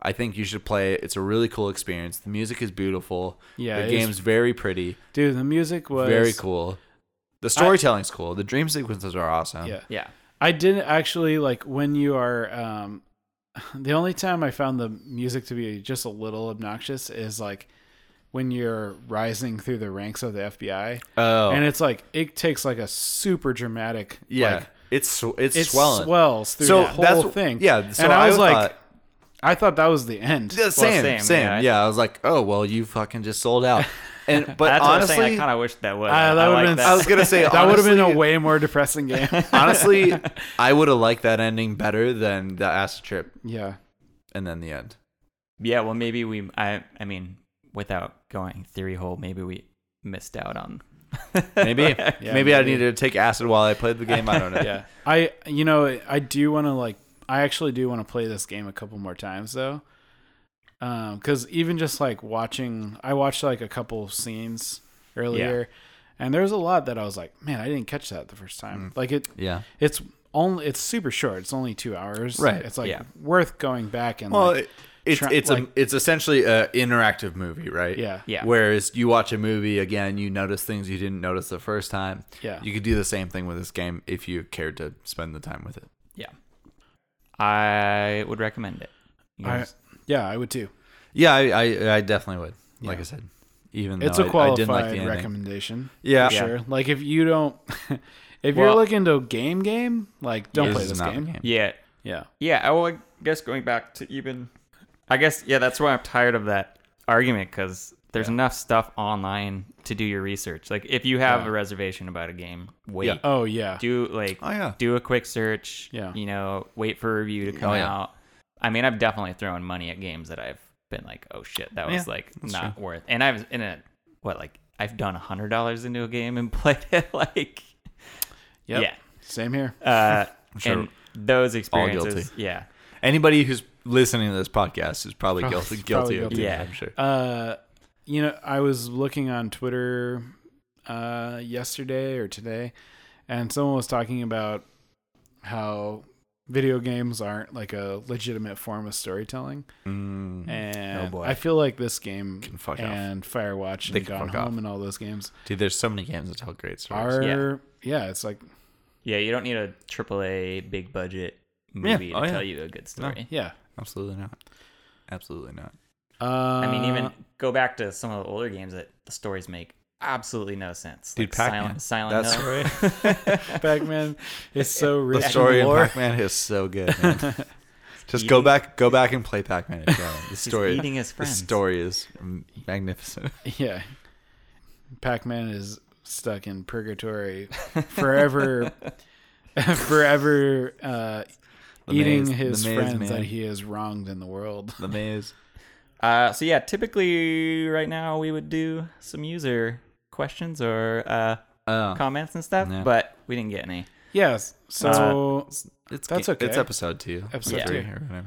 Speaker 3: I think you should play it. It's a really cool experience. The music is beautiful.
Speaker 2: Yeah,
Speaker 3: The
Speaker 2: it is-
Speaker 3: game's very pretty,
Speaker 2: dude. The music was
Speaker 3: very cool. The storytelling's cool. The dream sequences are awesome.
Speaker 2: Yeah,
Speaker 1: Yeah,
Speaker 2: I didn't actually like when you are. um The only time I found the music to be just a little obnoxious is like when you're rising through the ranks of the FBI.
Speaker 3: Oh.
Speaker 2: and it's like it takes like a super dramatic
Speaker 3: yeah.
Speaker 2: like,
Speaker 3: it's sw- it's
Speaker 2: it
Speaker 3: swelling.
Speaker 2: swells through
Speaker 3: So
Speaker 2: the whole
Speaker 3: that's-
Speaker 2: thing
Speaker 3: yeah, so
Speaker 2: and i
Speaker 3: I
Speaker 2: was like
Speaker 3: thought-
Speaker 2: i thought that was the end
Speaker 3: Yeah, same,
Speaker 1: same,
Speaker 3: same,
Speaker 1: yeah.
Speaker 3: Yeah. I was like, oh well, you fucking just sold out. And but
Speaker 1: that's
Speaker 3: honestly,
Speaker 1: what I'm saying. I kind of wish that was.
Speaker 2: Uh,
Speaker 1: I
Speaker 2: that
Speaker 1: like
Speaker 2: would've been
Speaker 1: that.
Speaker 3: I was gonna say
Speaker 2: that would have been a
Speaker 3: honestly-
Speaker 2: way more depressing game
Speaker 3: honestly, I would have liked that ending better than the acid trip
Speaker 2: yeah
Speaker 3: and then the end.
Speaker 1: yeah, well, maybe we. I, I mean, without going theory hole, maybe we missed out on.
Speaker 3: Maybe, maybe, I
Speaker 2: maybe.
Speaker 3: needed to take acid while I played the game. I don't know.
Speaker 2: yeah i you know i do want to like i actually do want to play this game a couple more times though um because even just like watching i watched like a couple scenes earlier and there's a lot that i was like man i didn't catch that the first time
Speaker 3: Mm.
Speaker 2: like it
Speaker 3: yeah.
Speaker 2: it's only it's super short. It's only two hours.
Speaker 3: Right,
Speaker 2: It's like
Speaker 1: yeah.
Speaker 2: worth going back and
Speaker 3: Well,
Speaker 2: like,
Speaker 3: it, it's
Speaker 2: try-
Speaker 3: it's
Speaker 2: like-
Speaker 3: a it's essentially an interactive movie, right?
Speaker 2: Yeah.
Speaker 1: Yeah.
Speaker 3: Whereas you watch a movie again, you notice things you didn't notice the first time.
Speaker 2: Yeah.
Speaker 3: You could do the same thing with this game if you cared to spend the time with it.
Speaker 1: Yeah, I would recommend it. You
Speaker 2: I-
Speaker 1: guys-
Speaker 2: yeah, I would too.
Speaker 3: Yeah, I I, I definitely would. Like
Speaker 2: Yeah.
Speaker 3: I said, even
Speaker 2: It's
Speaker 3: though
Speaker 2: a
Speaker 3: I- I
Speaker 2: qualified
Speaker 3: didn't like the ending.
Speaker 2: recommendation.
Speaker 3: Yeah.
Speaker 2: for
Speaker 3: Yeah.
Speaker 2: sure. Like if you don't, if you're
Speaker 1: Well-
Speaker 2: looking to game game, like don't play
Speaker 3: is
Speaker 2: this
Speaker 3: not
Speaker 2: game.
Speaker 3: the game.
Speaker 1: yeah,
Speaker 2: Yeah,
Speaker 1: Yeah, I will I guess going back to even, I guess yeah, that's why I'm tired of that argument because there's enough stuff online to do your research. Like if you have a reservation about a game, wait,
Speaker 3: Yeah.
Speaker 2: Oh yeah.
Speaker 1: do like
Speaker 3: Oh, yeah. Oh,
Speaker 1: do a quick search.
Speaker 2: Yeah.
Speaker 1: you know, wait for a review to come
Speaker 3: yeah.
Speaker 1: out. I mean, I've definitely thrown money at games that I've been like, oh shit, that was
Speaker 3: Yeah,
Speaker 1: like
Speaker 3: that's
Speaker 1: not worth. And I've in a what like I've done a hundred dollars into a game and played it like
Speaker 2: Yep.
Speaker 1: yeah.
Speaker 2: Same here.
Speaker 1: Uh,
Speaker 3: sure
Speaker 1: and those experiences, yeah.
Speaker 3: Anybody who's listening to this podcast is probably guilty, guilty,
Speaker 2: probably
Speaker 3: of
Speaker 2: guilty.
Speaker 3: doing
Speaker 1: Yeah.
Speaker 3: that, I'm sure.
Speaker 2: Uh, you know, I was looking on Twitter uh yesterday or today, and someone was talking about how video games aren't like a legitimate form of storytelling.
Speaker 3: Mm.
Speaker 2: And
Speaker 3: Oh, boy.
Speaker 2: I feel like this game
Speaker 3: Can fuck off.
Speaker 2: and Firewatch
Speaker 3: They
Speaker 2: and
Speaker 3: can
Speaker 2: Gone
Speaker 3: fuck off.
Speaker 2: Home and all those games
Speaker 3: Dude, there's so many games that tell great stories.
Speaker 2: are
Speaker 1: Yeah.
Speaker 2: yeah. it's like
Speaker 1: Yeah, you don't need a triple A big budget movie
Speaker 3: oh,
Speaker 1: to
Speaker 3: yeah.
Speaker 1: tell you a good story.
Speaker 2: yeah.
Speaker 3: Absolutely not. Absolutely not.
Speaker 2: Uh,
Speaker 1: I mean, even go back to some of the older games that the stories make absolutely no sense.
Speaker 3: Dude, Pac-Man.
Speaker 1: Silent, Silent
Speaker 3: That's
Speaker 1: Hill.
Speaker 3: right.
Speaker 2: Pac-Man is so
Speaker 3: the
Speaker 2: rich. in
Speaker 3: story in
Speaker 2: lore.
Speaker 3: Pac-Man is so good. Man. Just
Speaker 1: He's
Speaker 3: go
Speaker 1: eating-
Speaker 3: back, go back and play Pac-Man. if you want. The story,
Speaker 1: eating his
Speaker 3: the
Speaker 1: friends.
Speaker 3: story is magnificent.
Speaker 2: Yeah. Pac-Man is stuck in purgatory forever forever uh
Speaker 3: The
Speaker 2: eating
Speaker 3: maze-
Speaker 2: his
Speaker 3: the maze,
Speaker 2: friends
Speaker 3: man.
Speaker 2: that he has wronged in the world.
Speaker 3: The maze.
Speaker 1: Uh, so yeah, typically right now we would do some user questions or uh,
Speaker 3: Oh,
Speaker 1: comments and stuff,
Speaker 3: Yeah.
Speaker 1: but we didn't get any.
Speaker 2: Yes. So
Speaker 3: it's
Speaker 2: that's
Speaker 3: ga-
Speaker 2: okay.
Speaker 3: It's episode two.
Speaker 2: Episode
Speaker 3: or
Speaker 1: two.
Speaker 3: three or whatever.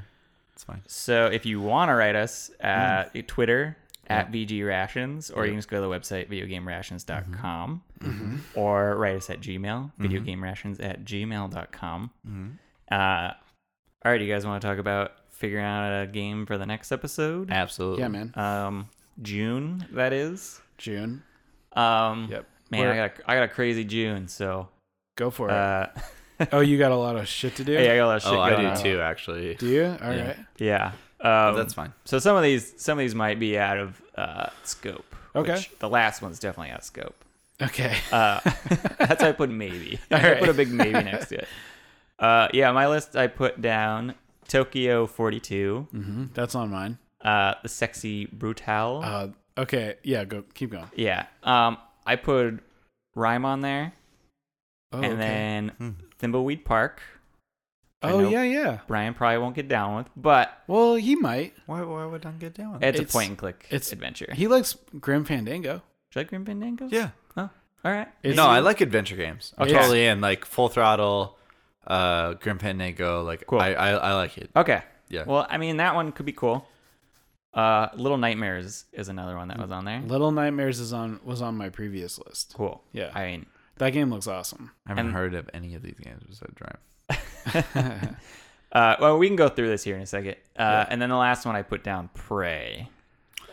Speaker 3: It's fine.
Speaker 1: So if you want to write us
Speaker 2: Mm.
Speaker 1: at Twitter at VG Rations, or you can just go to the website videogamerations.com,
Speaker 2: Mm-hmm.
Speaker 1: or write us at Gmail, videogamerations at gmail.com.
Speaker 3: Mm-hmm.
Speaker 1: Uh, all right, you guys want to talk about figuring out a game for the next episode?
Speaker 3: Absolutely.
Speaker 2: yeah, man.
Speaker 1: Um, June, that is.
Speaker 2: June.
Speaker 1: Um,
Speaker 2: Yep.
Speaker 1: Man,
Speaker 2: We're-
Speaker 1: I got, a, I got a crazy June, so.
Speaker 2: Go for it.
Speaker 1: Uh,
Speaker 2: oh, you got a lot of shit to do.
Speaker 1: yeah, I got a lot of shit
Speaker 3: Oh, I
Speaker 1: going
Speaker 3: do
Speaker 1: on.
Speaker 3: too, actually.
Speaker 2: Do you? All right.
Speaker 1: Yeah.
Speaker 3: Yeah. But
Speaker 1: Um,
Speaker 3: that's fine.
Speaker 1: So some of these some of these might be out of uh, scope.
Speaker 2: Okay.
Speaker 1: which the last one's definitely out of scope.
Speaker 2: Okay.
Speaker 1: Uh, that's why I put maybe.
Speaker 2: All
Speaker 1: I
Speaker 2: right.
Speaker 1: put a big maybe next to it. Uh, yeah, my list I put down Tokyo 42,
Speaker 2: hmm That's on mine.
Speaker 1: uh, the sexy brutal.
Speaker 2: Uh okay, yeah, go keep going.
Speaker 1: yeah. Um, I put rhyme on there,
Speaker 2: Oh,
Speaker 1: and
Speaker 2: okay.
Speaker 1: then
Speaker 3: Hmm.
Speaker 1: Thimbleweed Park. I
Speaker 2: Oh
Speaker 1: know
Speaker 2: yeah, yeah.
Speaker 1: Brian probably won't get down with, but
Speaker 2: Well, he might.
Speaker 3: Why, why would I get down?
Speaker 1: it's,
Speaker 2: It's-
Speaker 1: a point and click
Speaker 2: it's-
Speaker 1: adventure. Do
Speaker 2: He likes Grim Fandango.
Speaker 1: you like Grim Fandango?
Speaker 3: yeah.
Speaker 1: Oh, all right.
Speaker 2: It's-
Speaker 3: no, I like adventure games. I'm
Speaker 1: Okay.
Speaker 3: totally in. Like Full Throttle, uh, Grim Fandango. Like
Speaker 1: Cool.
Speaker 3: I, I, I like it.
Speaker 1: Okay.
Speaker 3: Yeah.
Speaker 1: Well, I mean, that one could be cool. Uh, Little Nightmares is another one that was on there.
Speaker 2: Little Nightmares is on was on my previous list.
Speaker 1: Cool.
Speaker 2: Yeah.
Speaker 1: I mean,
Speaker 2: That game looks awesome.
Speaker 3: I haven't
Speaker 1: and-
Speaker 3: heard of any of these games besides Drive.
Speaker 1: uh, well, we can go through this here in a second. Uh, and then the last one I put down, Prey,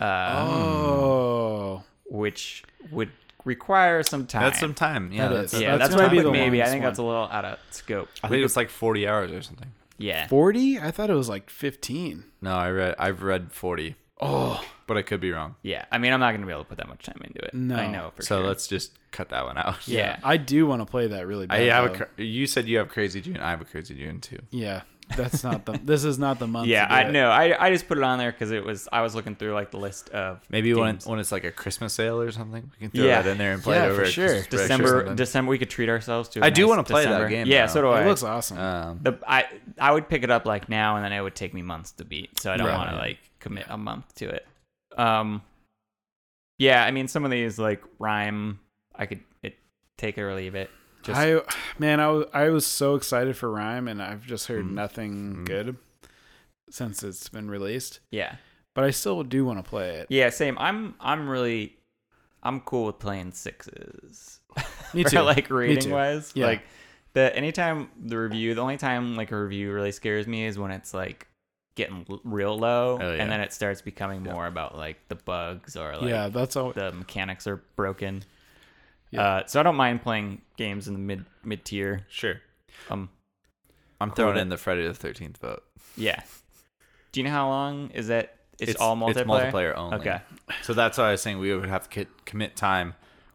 Speaker 1: uh,
Speaker 2: Oh,
Speaker 1: which would require some time.
Speaker 3: That's some time. Yeah,
Speaker 2: That
Speaker 3: that's
Speaker 2: is.
Speaker 3: a-
Speaker 1: yeah,
Speaker 2: that's
Speaker 1: that's, why I
Speaker 2: gonna be
Speaker 1: put
Speaker 2: the
Speaker 1: maybe. I
Speaker 2: longest
Speaker 1: think
Speaker 2: one.
Speaker 1: that's a little out of scope.
Speaker 3: I think it's like 40 hours or something.
Speaker 1: Yeah.
Speaker 2: 40? I thought it was like 15.
Speaker 3: No, I read. I've read 40,
Speaker 2: Oh,
Speaker 3: but I could be wrong.
Speaker 1: Yeah. I mean, I'm not going to be able to put that much time into it.
Speaker 2: No.
Speaker 1: I know for
Speaker 3: so
Speaker 1: sure.
Speaker 3: let's just cut that one out.
Speaker 1: Yeah.
Speaker 2: I do want to play that really bad.
Speaker 3: I have a.
Speaker 2: though.
Speaker 3: cra- You said you have Crazy June. I have a Crazy June too.
Speaker 2: Yeah, that's not the This is not the month.
Speaker 1: yeah,
Speaker 2: to do
Speaker 1: I
Speaker 2: it.
Speaker 1: know. I, I just put it on there because it was I was looking through like the list of
Speaker 3: Maybe when,
Speaker 1: games.
Speaker 3: when it's like a Christmas sale or something, we can throw
Speaker 1: Yeah.
Speaker 3: that in there and play
Speaker 2: Yeah,
Speaker 3: it over
Speaker 2: for
Speaker 3: at
Speaker 2: sure.
Speaker 3: Christmas break or
Speaker 1: December
Speaker 3: something.
Speaker 1: December we could treat ourselves to. I
Speaker 3: I do wanna play that game,
Speaker 1: Yeah,
Speaker 3: though.
Speaker 1: so do I.
Speaker 2: It looks awesome.
Speaker 1: Uh,
Speaker 3: Um,
Speaker 1: the I I would pick it up like now, and then it would take me months to beat. So I don't
Speaker 3: Right.
Speaker 1: want to like commit a month to it. Um, yeah, I mean some of these like rhyme, I could it take it or leave it. Just
Speaker 2: I man, I was I was so excited for Rhyme, and I've just heard
Speaker 3: Mm.
Speaker 1: Mm-hmm.
Speaker 2: nothing
Speaker 3: Mm.
Speaker 2: good since it's been released.
Speaker 1: yeah,
Speaker 2: But I still do want to play it.
Speaker 1: yeah, same. I'm I'm really I'm cool with playing sixes.
Speaker 2: Me
Speaker 1: For,
Speaker 2: too.
Speaker 1: like rating
Speaker 2: too.
Speaker 1: wise,
Speaker 2: Yeah.
Speaker 1: like the anytime the review, the only time like a review really scares me is when it's like getting l- real low,
Speaker 3: Oh, yeah.
Speaker 1: and then it starts becoming more about like the bugs or like
Speaker 2: yeah, that's all.
Speaker 1: the mechanics are broken.
Speaker 2: Yeah.
Speaker 1: Uh, so I don't mind playing games in the mid mid tier.
Speaker 3: sure.
Speaker 1: Um,
Speaker 3: I'm throwing in the Friday the 13th vote.
Speaker 1: yeah. Do you know how long is that? It's, all multiplayer.
Speaker 3: It's multiplayer only.
Speaker 1: Okay.
Speaker 3: So that's why I was saying we would have to ki- commit time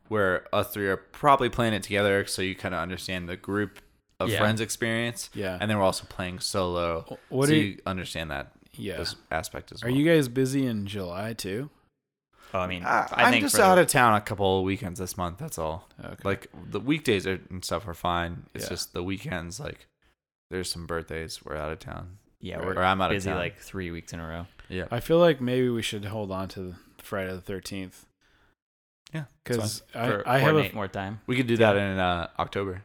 Speaker 3: where us three are probably playing it together so you kind of understand the group of
Speaker 1: Yeah.
Speaker 3: friends experience.
Speaker 2: Yeah.
Speaker 3: And then we're also playing solo.
Speaker 2: What
Speaker 3: so
Speaker 2: are
Speaker 3: you,
Speaker 2: you-
Speaker 3: understand that
Speaker 2: Yeah.
Speaker 3: this aspect as
Speaker 2: Are
Speaker 3: well.
Speaker 2: you guys busy in July too?
Speaker 1: Oh, I mean,
Speaker 3: I,
Speaker 1: I
Speaker 3: am
Speaker 1: think
Speaker 3: Ah, just
Speaker 1: for
Speaker 3: out
Speaker 1: the-
Speaker 3: of town a couple of weekends this month. That's all.
Speaker 2: Okay.
Speaker 3: Like the weekdays are, and stuff are fine. It's
Speaker 2: Yeah.
Speaker 3: just the weekends. Like there's some birthdays. We're out of town.
Speaker 1: yeah,
Speaker 3: Or-
Speaker 1: we're
Speaker 3: or I'm out of
Speaker 1: busy
Speaker 3: town.
Speaker 1: like three weeks in a row.
Speaker 3: Yeah.
Speaker 2: I feel like maybe we should hold on to Friday the Thirteenth
Speaker 3: yeah. that's fine.
Speaker 2: because I,
Speaker 1: For
Speaker 2: I have
Speaker 1: coordinate
Speaker 2: a,
Speaker 1: more time.
Speaker 3: we could do that in uh, October,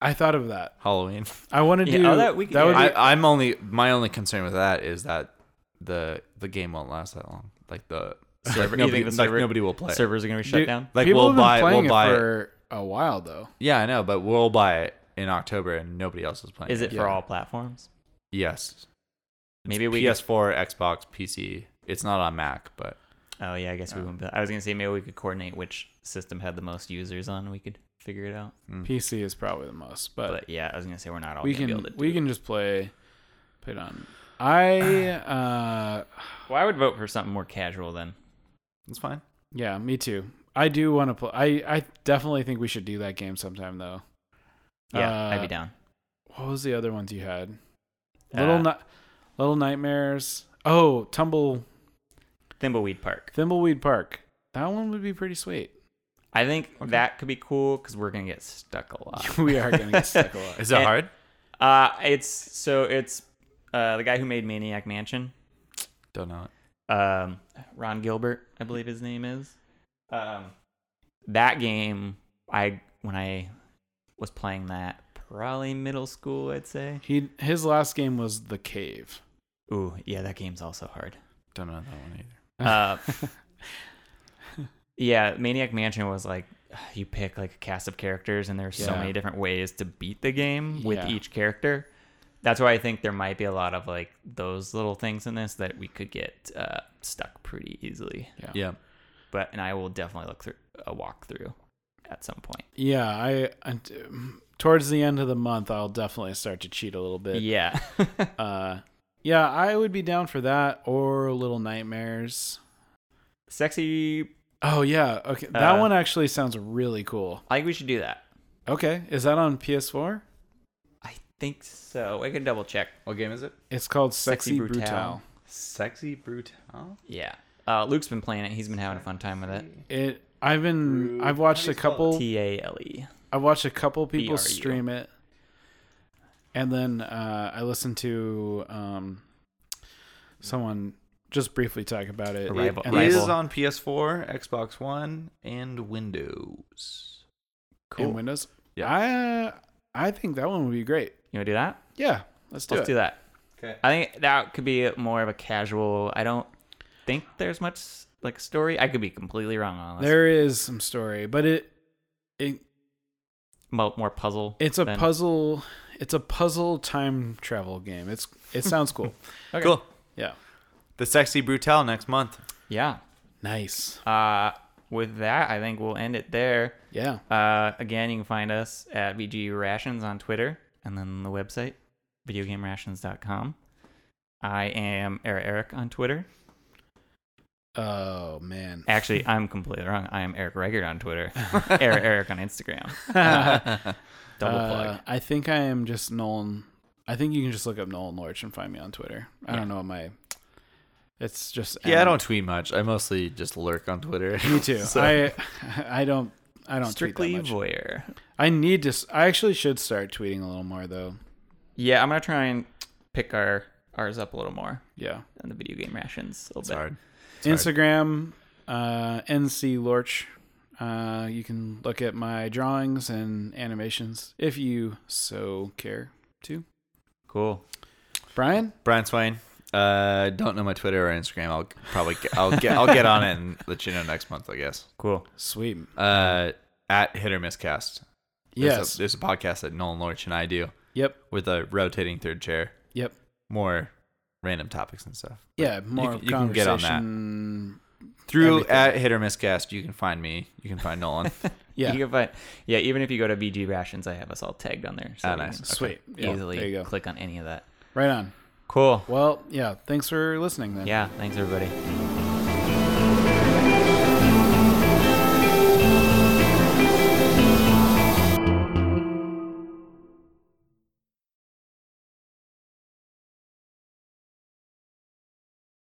Speaker 2: I thought of that.
Speaker 3: Halloween.
Speaker 2: I want to
Speaker 1: Yeah,
Speaker 2: do
Speaker 1: oh,
Speaker 2: that.
Speaker 1: that we could-
Speaker 2: would be,
Speaker 3: I, I'm only my only concern with that is that the the game won't last that long. Like the
Speaker 1: Server-
Speaker 3: like
Speaker 1: you
Speaker 3: nobody,
Speaker 1: think the
Speaker 3: like
Speaker 1: server-
Speaker 3: nobody will play. it.
Speaker 1: Servers are gonna be shut
Speaker 2: Dude,
Speaker 1: down.
Speaker 3: Like
Speaker 2: people
Speaker 3: we'll
Speaker 2: have been
Speaker 3: buy it.
Speaker 2: playing
Speaker 3: We'll buy
Speaker 2: it
Speaker 3: it.
Speaker 2: for a while though.
Speaker 3: Yeah, I know, but we'll buy it in October, and nobody else is playing.
Speaker 1: Is it
Speaker 2: Yeah.
Speaker 1: for all platforms?
Speaker 3: Yes.
Speaker 1: Maybe we. could-
Speaker 3: PS4, Xbox, PC. It's not on Mac, but
Speaker 1: oh yeah, I guess we. Wouldn't, I was gonna say maybe we could coordinate which system had the most users on. We could figure it out.
Speaker 3: Hmm.
Speaker 2: PC is probably the most, but,
Speaker 1: But yeah, I was gonna say we're not all
Speaker 2: we
Speaker 1: gonna
Speaker 2: can
Speaker 1: be able to. Do
Speaker 2: we can just play play it on. I uh
Speaker 1: Well, I would vote for something more casual then.
Speaker 3: It's fine.
Speaker 2: yeah, me too. I do want to play. I I definitely think we should do that game sometime though.
Speaker 1: Yeah, I'd
Speaker 2: Uh,
Speaker 1: be down.
Speaker 2: What was the other ones you had?
Speaker 1: Uh,
Speaker 2: Little Ni- Little Nightmares. Oh, Tumble
Speaker 1: Thimbleweed Park.
Speaker 2: Thimbleweed Park. That one would be pretty sweet.
Speaker 1: I think
Speaker 3: Okay.
Speaker 1: that could be cool because we're gonna get stuck a lot.
Speaker 2: we are gonna get stuck a lot.
Speaker 3: Is that
Speaker 1: And-
Speaker 3: hard?
Speaker 1: Uh, it's so it's uh, the guy who made Maniac Mansion,
Speaker 3: Don't know. it.
Speaker 1: um, Ron Gilbert, I believe his name is. Um, that game, I when I was playing that, probably middle school, I'd say.
Speaker 2: He his last game was The Cave.
Speaker 1: Ooh, yeah, that game's also hard.
Speaker 3: Don't know that one either.
Speaker 1: Uh, Yeah, Maniac Mansion was like you pick like a cast of characters, and there's so
Speaker 2: Yeah.
Speaker 1: many different ways to beat the game with
Speaker 2: Yeah.
Speaker 1: each character. That's why I think there might be a lot of like those little things in this that we could get uh, stuck pretty easily.
Speaker 3: Yeah.
Speaker 1: But and I will definitely look through a walkthrough at some point.
Speaker 2: Yeah, I, I towards the end of the month I'll definitely start to cheat a little bit.
Speaker 1: yeah,
Speaker 2: Uh yeah, I would be down for that or Little Nightmares.
Speaker 1: sexy.
Speaker 2: Oh yeah, okay. That
Speaker 1: Uh,
Speaker 2: one actually sounds really cool.
Speaker 1: I think we should do that.
Speaker 2: Okay, is that on PS4?
Speaker 1: I think so. I can double check.
Speaker 3: What game is it?
Speaker 2: It's called Sexy,
Speaker 1: Sexy
Speaker 2: Brutal.
Speaker 1: Brutal.
Speaker 3: Sexy Brutal.
Speaker 1: Yeah, uh, Luke's been playing it. He's been having a fun time with it.
Speaker 2: It I've been
Speaker 3: Bru-
Speaker 2: I've watched
Speaker 3: how do
Speaker 2: a
Speaker 3: you spell it?
Speaker 2: couple
Speaker 1: T A L E.
Speaker 2: I watched a couple people
Speaker 1: BRU.
Speaker 2: stream it, and then uh, I listened to um, someone just briefly talk about it.
Speaker 1: Arrival.
Speaker 2: and
Speaker 1: It
Speaker 2: I-
Speaker 1: is
Speaker 2: and
Speaker 3: on PS4, Xbox One, and Windows.
Speaker 2: Windows.
Speaker 3: Yeah.
Speaker 2: I I think that one would be great.
Speaker 1: You want to do that?
Speaker 2: Yeah, let's do
Speaker 1: Let's
Speaker 2: it.
Speaker 1: do that.
Speaker 3: Okay.
Speaker 1: I think that could be more of a casual. I don't think there's much like story. I could be completely wrong on this.
Speaker 2: There is some story, but it it
Speaker 1: Mo- more puzzle.
Speaker 2: it's a
Speaker 1: than-
Speaker 2: puzzle. It's a puzzle time travel game. It's it sounds cool. okay.
Speaker 3: Cool.
Speaker 2: Yeah.
Speaker 3: The Sexy Brutal next month.
Speaker 1: Yeah.
Speaker 2: Nice.
Speaker 1: Uh, with that, I think we'll end it there.
Speaker 2: Yeah.
Speaker 1: Uh, again, you can find us at VG Rations on Twitter and then the website, videogamerations.com. I am Eric Eric on Twitter.
Speaker 2: Oh man.
Speaker 1: Actually, I'm completely wrong. I am Eric Reichert on Twitter. Eric Eric on Instagram. Double
Speaker 2: Uh,
Speaker 1: plug.
Speaker 2: I think I am just Nolan. I think you can just look up Nolan Lorch and find me on Twitter. I don't know what my. It's just
Speaker 3: Yeah, I
Speaker 2: M.
Speaker 3: don't tweet much. I mostly just lurk on Twitter.
Speaker 2: Me too.
Speaker 3: So-
Speaker 2: I I don't I don't
Speaker 1: Strictly
Speaker 2: tweet that much.
Speaker 1: voyeur.
Speaker 2: I need to. s- I actually should start tweeting a little more though. Yeah.
Speaker 1: Yeah, I'm gonna try and pick our ours up a little more on the video game rations a little
Speaker 3: It's
Speaker 1: bit.
Speaker 3: hard.
Speaker 2: Instagram, uh, NC Lorch. Uh, you can look at my drawings and animations if you so care to.
Speaker 1: Cool.
Speaker 2: Brian,
Speaker 3: Brian Swain. Uh, don't know my Twitter or Instagram. I'll probably get, I'll get I'll get on it and let you know next month, I guess.
Speaker 1: Cool.
Speaker 2: sweet.
Speaker 3: Uh, at Hit or Miss Cast. There's
Speaker 2: Yes.
Speaker 3: a, there's a podcast that Nolan Lorch and I do
Speaker 2: Yep.
Speaker 3: with a rotating third chair.
Speaker 2: Yep.
Speaker 3: More random topics and stuff.
Speaker 2: Yeah, more
Speaker 3: can-
Speaker 2: of
Speaker 3: you can get on that.
Speaker 2: conversation.
Speaker 3: Through
Speaker 2: Everything.
Speaker 3: at Hit or Miss Cast, you can find me. You can find Nolan.
Speaker 2: Yeah,
Speaker 1: You can find, yeah, even if you go to VG rations, I have us all tagged on there. So
Speaker 3: Ah,
Speaker 1: you
Speaker 3: nice.
Speaker 1: can
Speaker 2: sweet. Yeah,
Speaker 1: Easily
Speaker 2: There you go.
Speaker 1: click on any of that.
Speaker 2: Right on.
Speaker 1: Cool.
Speaker 2: Well, yeah. Thanks for listening. Then.
Speaker 1: Yeah. Thanks everybody.